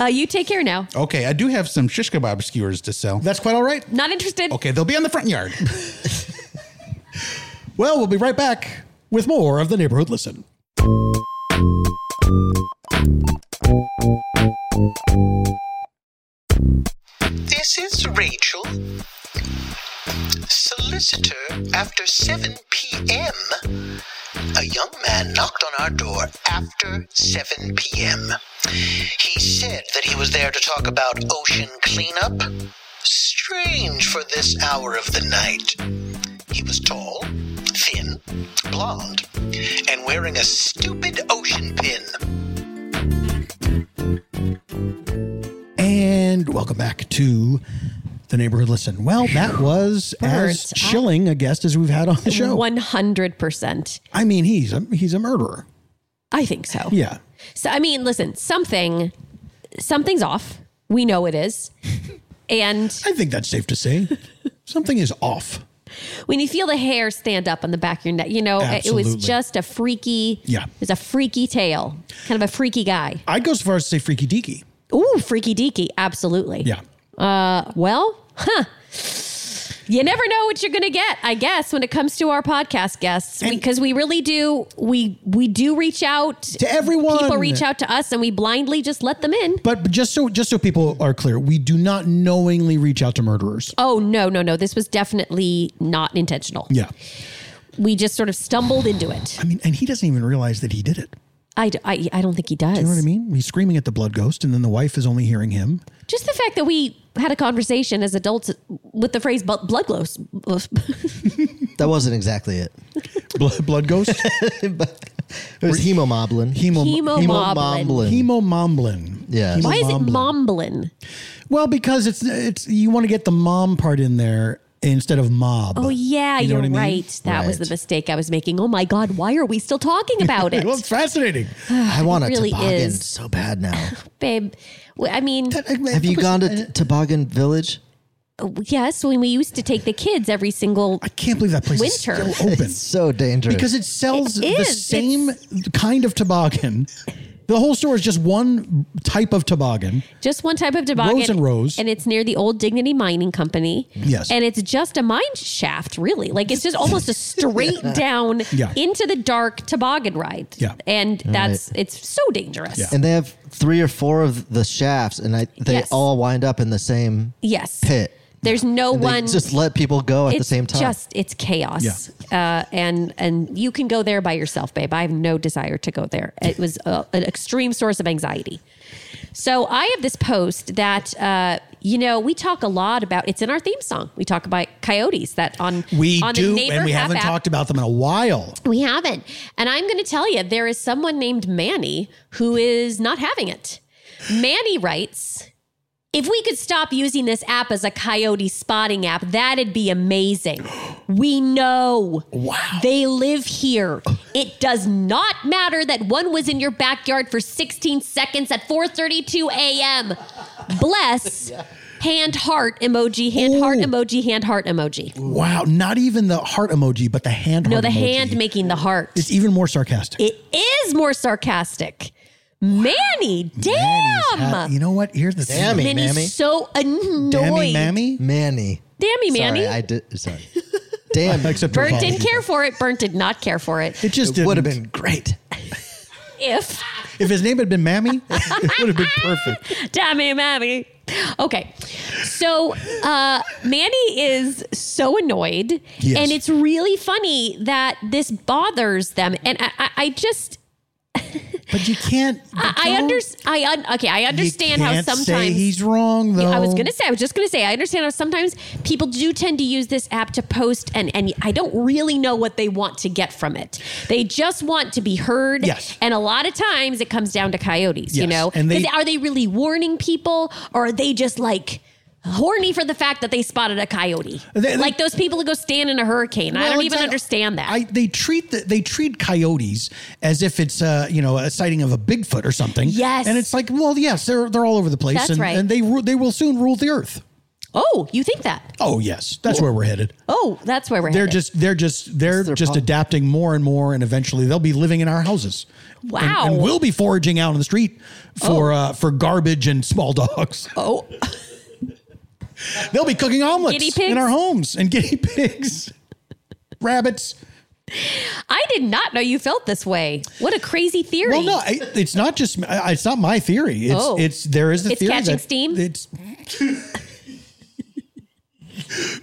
Speaker 4: Uh, you take care now.
Speaker 7: Oh, Okay, I do have some shish kebab skewers to sell.
Speaker 3: That's quite all right.
Speaker 4: Not interested.
Speaker 7: Okay, they'll be on the front yard.
Speaker 3: Well, we'll be right back with more of the neighborhood listen.
Speaker 8: This is Rachel. Solicitor, after 7 p.m., a young man knocked on our door after 7 p.m. He said that he was there to talk about ocean cleanup. Strange for this hour of the night. He was tall, thin, blonde, and wearing a stupid ocean pin.
Speaker 3: And welcome back to the neighborhood listen. Well, that was as
Speaker 4: Birds.
Speaker 3: chilling a guest as we've had on the show.
Speaker 4: One hundred percent.
Speaker 3: I mean, he's a, he's a murderer.
Speaker 4: I think so.
Speaker 3: Yeah.
Speaker 4: So I mean, listen, something something's off. We know it is. And
Speaker 3: I think that's safe to say. Something is off.
Speaker 4: when you feel the hair stand up on the back of your neck, you know, it- it
Speaker 3: Absolutely.
Speaker 4: was just a freaky,
Speaker 3: Yeah.
Speaker 4: it was a freaky tale, kind of a freaky guy.
Speaker 3: I'd go so far as to say freaky deaky.
Speaker 4: Ooh, freaky deaky. Absolutely.
Speaker 3: Yeah.
Speaker 4: Uh, well, huh. You never know what you're going to get, I guess, when it comes to our podcast guests, because we really do. We we do reach out to
Speaker 3: everyone.
Speaker 4: People reach out to us, and we blindly just let them in.
Speaker 3: But but just so just so people are clear, we do not knowingly reach out to murderers.
Speaker 4: Oh no, no, no! This was definitely not intentional.
Speaker 3: Yeah.
Speaker 4: we just sort of stumbled into it.
Speaker 3: I mean, and he doesn't even realize that he did it.
Speaker 4: I, d- I, I don't think he does.
Speaker 3: You know what I mean? He's screaming at the blood ghost, and then the wife is only hearing him.
Speaker 4: Just the fact that we had a conversation as adults with the phrase "bu- blood ghost.
Speaker 5: That wasn't exactly it.
Speaker 3: Blood, blood ghost?
Speaker 5: It was hemomoblin.
Speaker 3: Hemo,
Speaker 4: Hemomoblin.
Speaker 5: Hemomoblin.
Speaker 3: hemomoblin.
Speaker 5: Yes.
Speaker 4: Why is it
Speaker 3: Hemomoblin.
Speaker 4: momblin?
Speaker 3: Well, because it's it's you want to get the mom part in there instead of mob.
Speaker 4: Oh yeah,
Speaker 3: You know
Speaker 4: you are
Speaker 3: what I mean?
Speaker 4: right. That was
Speaker 5: Right.
Speaker 4: the mistake I was making. Oh my god, why are we still talking about it,
Speaker 3: Well, it's fascinating.
Speaker 5: I want a
Speaker 4: really
Speaker 5: toboggan
Speaker 4: is.
Speaker 5: so bad now.
Speaker 4: babe? w- I mean,
Speaker 5: Have you gone to t- Toboggan Village?
Speaker 4: yes, when we used to take the kids every single.
Speaker 3: I can't believe that place
Speaker 4: Winter.
Speaker 3: is still open
Speaker 5: It's so dangerous.
Speaker 3: because it sells
Speaker 4: It
Speaker 3: the
Speaker 4: is.
Speaker 3: same kind of toboggan The whole store is just one type of toboggan.
Speaker 4: Just one type of toboggan.
Speaker 3: Rows and rows.
Speaker 4: And it's near the old Dignity Mining Company.
Speaker 3: Yes.
Speaker 4: And it's just a mine shaft, really. Like it's just almost a straight down
Speaker 3: Yeah.
Speaker 4: into the dark toboggan ride.
Speaker 5: Yeah.
Speaker 4: And
Speaker 5: Right.
Speaker 4: that's, it's so dangerous.
Speaker 5: And they have three or four of the shafts, and I, they
Speaker 4: Yes.
Speaker 5: all wind up in the same
Speaker 4: Yes.
Speaker 5: pit.
Speaker 4: There's no
Speaker 5: And they
Speaker 4: one.
Speaker 5: just let people go at the
Speaker 4: It's
Speaker 5: same time.
Speaker 4: Just it's chaos, uh, and and you can go there by yourself, babe. I have no desire to go there. It was a, an extreme source of anxiety. So I have this post that uh, you know we talk a lot about. It's in our theme song. We talk about coyotes that on
Speaker 3: We
Speaker 4: on
Speaker 3: do,
Speaker 4: the neighbor
Speaker 3: and we
Speaker 4: Hap
Speaker 3: haven't
Speaker 4: app-
Speaker 3: talked about them in a while.
Speaker 4: we haven't. And I'm going to tell you, there is someone named Manny who is not having it. Manny writes, if we could stop using this app as a coyote spotting app, that'd be amazing. We know. They live here. It does not matter that one was in your backyard for 16 seconds at 4:32 a.m. Bless. Hand heart emoji, hand heart emoji, hand heart emoji.
Speaker 3: Wow, not even the heart emoji, but the hand.
Speaker 4: No,
Speaker 3: heart
Speaker 4: the
Speaker 3: emoji.
Speaker 4: hand making the heart.
Speaker 3: It's even more sarcastic.
Speaker 4: It is more sarcastic. Manny, damn.
Speaker 3: Uh, you know what? Here's the thing.
Speaker 5: Dammy,
Speaker 4: Manny's
Speaker 5: mammy.
Speaker 4: so annoyed.
Speaker 3: Dammy, mammy.
Speaker 5: Manny.
Speaker 4: Dammy, Manny.
Speaker 5: Sorry, I did. Sorry. Damn.
Speaker 3: Except her
Speaker 4: Burnt didn't
Speaker 3: apology.
Speaker 4: care for it. Burnt did not care for it.
Speaker 3: It just
Speaker 5: Would have
Speaker 3: didn't.
Speaker 5: been great.
Speaker 4: If
Speaker 3: If his name had been Mammy, it would have been perfect.
Speaker 4: Dammy, mammy. Okay. So uh, Manny is so annoyed.
Speaker 3: Yes.
Speaker 4: And it's really funny that this bothers them. And I, I, I just,
Speaker 3: But you can't.
Speaker 4: I, I, under, I un, okay, I understand
Speaker 3: you
Speaker 4: how
Speaker 3: can't
Speaker 4: sometimes.
Speaker 3: say he's wrong though.
Speaker 4: Yeah, I was gonna say, I was just gonna say, I understand how sometimes people do tend to use this app to post, and and I don't really know what they want to get from it. They just want to be heard.
Speaker 3: Yes.
Speaker 4: And a lot of times it comes down to coyotes. You
Speaker 3: Yes,
Speaker 4: know,
Speaker 3: and they-
Speaker 4: 'Cause are they really warning people, or are they just like? Horny for the fact that they spotted a coyote,
Speaker 3: They- they-
Speaker 4: like those people who go stand in a hurricane. I
Speaker 3: Well,
Speaker 4: don't even
Speaker 3: exactly.
Speaker 4: understand that.
Speaker 3: I, they treat the, they treat coyotes as if it's uh, you know a sighting of a Bigfoot or something.
Speaker 4: Yes.
Speaker 3: and it's like, well, yes, they're they're all over the place,
Speaker 4: That's
Speaker 3: and,
Speaker 4: right.
Speaker 3: and they ru- they will soon rule the earth.
Speaker 4: oh, you think that?
Speaker 3: Oh yes, that's where we're headed.
Speaker 4: Oh, that's where we're.
Speaker 3: They're
Speaker 4: headed.
Speaker 3: just they're just they're
Speaker 5: their
Speaker 3: just
Speaker 5: pol-
Speaker 3: adapting more and more, and eventually they'll be living in our houses. And-
Speaker 4: Wow.
Speaker 3: and, we'll be foraging out on the street for uh, for garbage and small dogs.
Speaker 4: oh,
Speaker 3: They'll be cooking omelets
Speaker 4: Guinea pigs?
Speaker 3: in our homes and guinea pigs, rabbits.
Speaker 4: I did not know you felt this way. What a crazy theory!
Speaker 3: Well, no, I, it's not just I- it's not my theory. It's
Speaker 4: Oh.
Speaker 3: it's there is the
Speaker 4: It's
Speaker 3: theory
Speaker 4: catching
Speaker 3: that
Speaker 4: steam?
Speaker 3: It's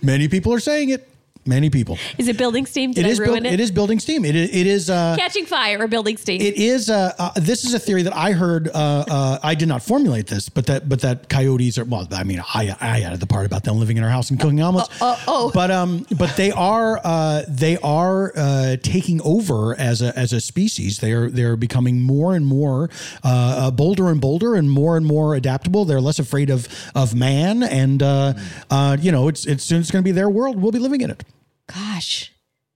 Speaker 3: many people are saying it. Many people.
Speaker 4: Is it building steam? Did
Speaker 3: It
Speaker 4: I
Speaker 3: is
Speaker 4: ruin
Speaker 3: buil-
Speaker 4: it?
Speaker 3: it is building steam. It is it is uh
Speaker 4: catching fire or building steam.
Speaker 3: it is uh, uh this is a theory that I heard uh, uh I did not formulate this but that but that coyotes are well I mean I I added the part about them living in our house and cooking omelets oh but um but they are uh they are uh taking over as a as a species they are they're becoming more and more uh, uh bolder and bolder and more and more adaptable they're less afraid of of man and uh uh you know it's it's soon it's going to be their world we'll be living in it
Speaker 4: Gosh.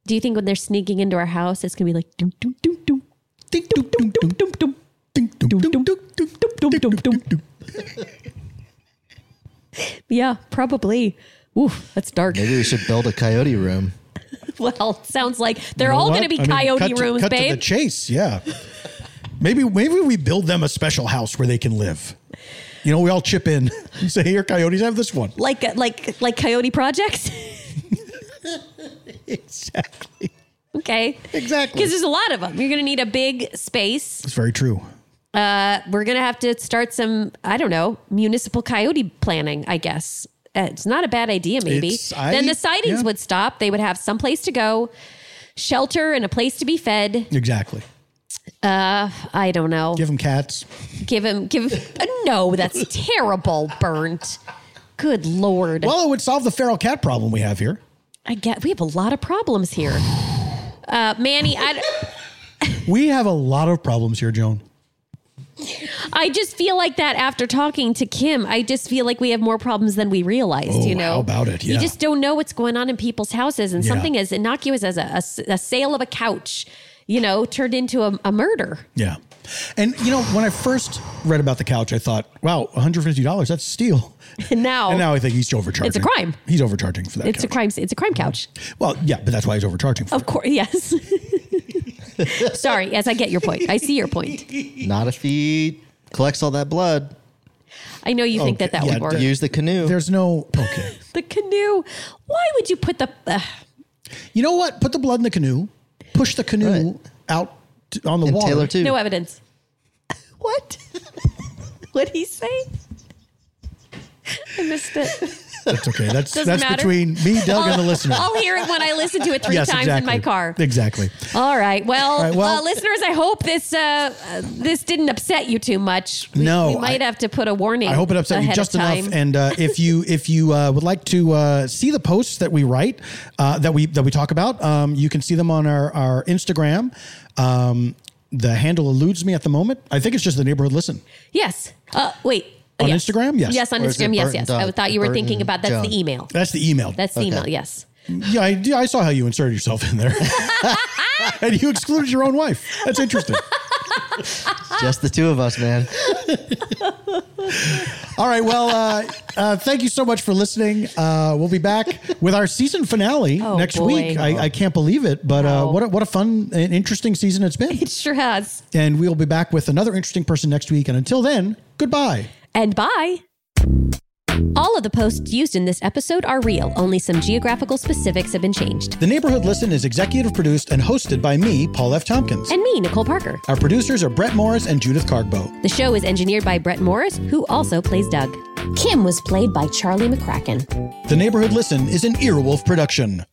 Speaker 4: Do you think when they're sneaking into our house, it's gonna be like dum dum dum dum
Speaker 3: Ding, dum, dum, dum, dum, dum. Ding, dum, dum, dum, dum, dum, dum, dum, dum, dum.
Speaker 4: Yeah, probably. Oof, that's dark.
Speaker 5: Maybe we should build a coyote room.
Speaker 4: Well, sounds like they're
Speaker 3: You know
Speaker 4: all
Speaker 3: what?
Speaker 4: gonna be
Speaker 3: I mean,
Speaker 4: coyote
Speaker 3: cut to-
Speaker 4: rooms,
Speaker 3: cut To
Speaker 4: babe.
Speaker 3: the chase, yeah. maybe maybe we build them a special house where they can live. You know, we all chip in and say, "Here, coyotes, have this one."
Speaker 4: like uh, like like coyote projects.
Speaker 3: Exactly.
Speaker 4: okay.
Speaker 3: Exactly.
Speaker 4: Because there's a lot of them. You're gonna need a big space.
Speaker 3: It's very true.
Speaker 4: We're gonna have to start some, I don't know, municipal coyote planning, I guess. Uh, It's not a bad idea, maybe.
Speaker 3: It's- I-
Speaker 4: then the sightings
Speaker 3: yeah.
Speaker 4: would stop. They would have some place to go, shelter, and a place to be fed.
Speaker 3: Exactly.
Speaker 4: I don't know.
Speaker 3: Give them cats.
Speaker 4: Give him, give him. uh, no, that's terrible. Burnt. Good lord.
Speaker 3: Well, it would solve the feral cat problem we have here.
Speaker 4: I get. We have a lot of problems here. Uh, Manny, I,
Speaker 3: We have a lot of problems here, Joan.
Speaker 4: I just feel like that after talking to Kim. I just feel like we have more problems than we realized.
Speaker 3: Oh,
Speaker 4: you know,
Speaker 3: how about it?
Speaker 4: You
Speaker 3: Yeah.
Speaker 4: just don't know what's going on in people's houses, and
Speaker 3: Yeah.
Speaker 4: something as innocuous as a, a s- a sale of a couch, you know, turned into a, a murder.
Speaker 3: Yeah. And you know, when I first read about the couch, I thought, "Wow, one hundred fifty dollars—that's steal."
Speaker 4: And now,
Speaker 3: And now I think he's overcharging.
Speaker 4: Oh. crime.
Speaker 3: He's overcharging for that.
Speaker 4: it's a
Speaker 3: couch.
Speaker 4: crime. Oh. It's a crime couch.
Speaker 3: Well, yeah, but that's why he's overcharging for
Speaker 4: Of course, yes. Sorry, yes, I get your point. I see your point.
Speaker 5: Not if he collects all that blood.
Speaker 4: I know you think that that would work.
Speaker 5: Use the canoe.
Speaker 3: There's no okay.
Speaker 4: the canoe. Why would you put the? Uh,
Speaker 3: You know what? Put the blood in the canoe. Push the canoe out t- on the
Speaker 5: And
Speaker 3: water.
Speaker 5: Taylor, too.
Speaker 4: no evidence. what? what he say? I missed it.
Speaker 3: That's okay. That's
Speaker 4: Doesn't
Speaker 3: that's
Speaker 4: matter.
Speaker 3: between me, Doug, and the listener.
Speaker 4: I'll hear it when I listen to it three
Speaker 3: yes,
Speaker 4: times
Speaker 3: exactly.
Speaker 4: in my car.
Speaker 3: Exactly.
Speaker 4: All right. Well,
Speaker 3: right, well-
Speaker 4: uh, listeners, I hope this uh, uh, this didn't upset you too much. We,
Speaker 3: No,
Speaker 4: we might have to put a warning.
Speaker 3: I hope it upset you
Speaker 4: ahead of
Speaker 3: just enough.
Speaker 4: time.
Speaker 3: And uh, if you if you uh, would like to uh, see the posts that we write uh, that we that we talk about, um, you can see them on our our Instagram. Um, the handle eludes me at the moment. I think it's just the neighborhood listen.
Speaker 4: yes. Uh, wait.
Speaker 3: On
Speaker 4: Yes.
Speaker 3: Instagram? Yes.
Speaker 4: Yes, on
Speaker 5: Or is it
Speaker 4: Instagram. Yes,
Speaker 5: Burton
Speaker 4: yes. I
Speaker 5: Doug-
Speaker 4: thought you were
Speaker 5: Burton
Speaker 4: thinking about that's
Speaker 5: Jones?
Speaker 4: the email.
Speaker 3: That's the email.
Speaker 4: That's the email. Yes.
Speaker 3: yeah, I, yeah, I saw how you inserted yourself in there, and you excluded your own wife. That's interesting.
Speaker 5: Just the two of us, man.
Speaker 3: All right. Well, uh, uh, thank you so much for listening. Uh, we'll be back with our season finale
Speaker 4: Oh,
Speaker 3: next
Speaker 4: boy.
Speaker 3: week. I, I can't believe it, but uh,
Speaker 4: Wow.
Speaker 3: what a, what a fun and interesting season it's been.
Speaker 4: It sure has.
Speaker 3: And we'll be back with another interesting person next week. And until then, goodbye.
Speaker 4: And bye. All of the posts used in this episode are real. Only some geographical specifics have been changed.
Speaker 3: The Neighborhood Listen is executive produced and hosted by me, Paul F. Tompkins.
Speaker 4: And me, Nicole Parker.
Speaker 3: Our producers are Brett Morris and Judith Cargbo.
Speaker 4: The show is engineered by Brett Morris, who also plays Doug. Kim was played by Charlie McCracken.
Speaker 3: The Neighborhood Listen is an Earwolf production.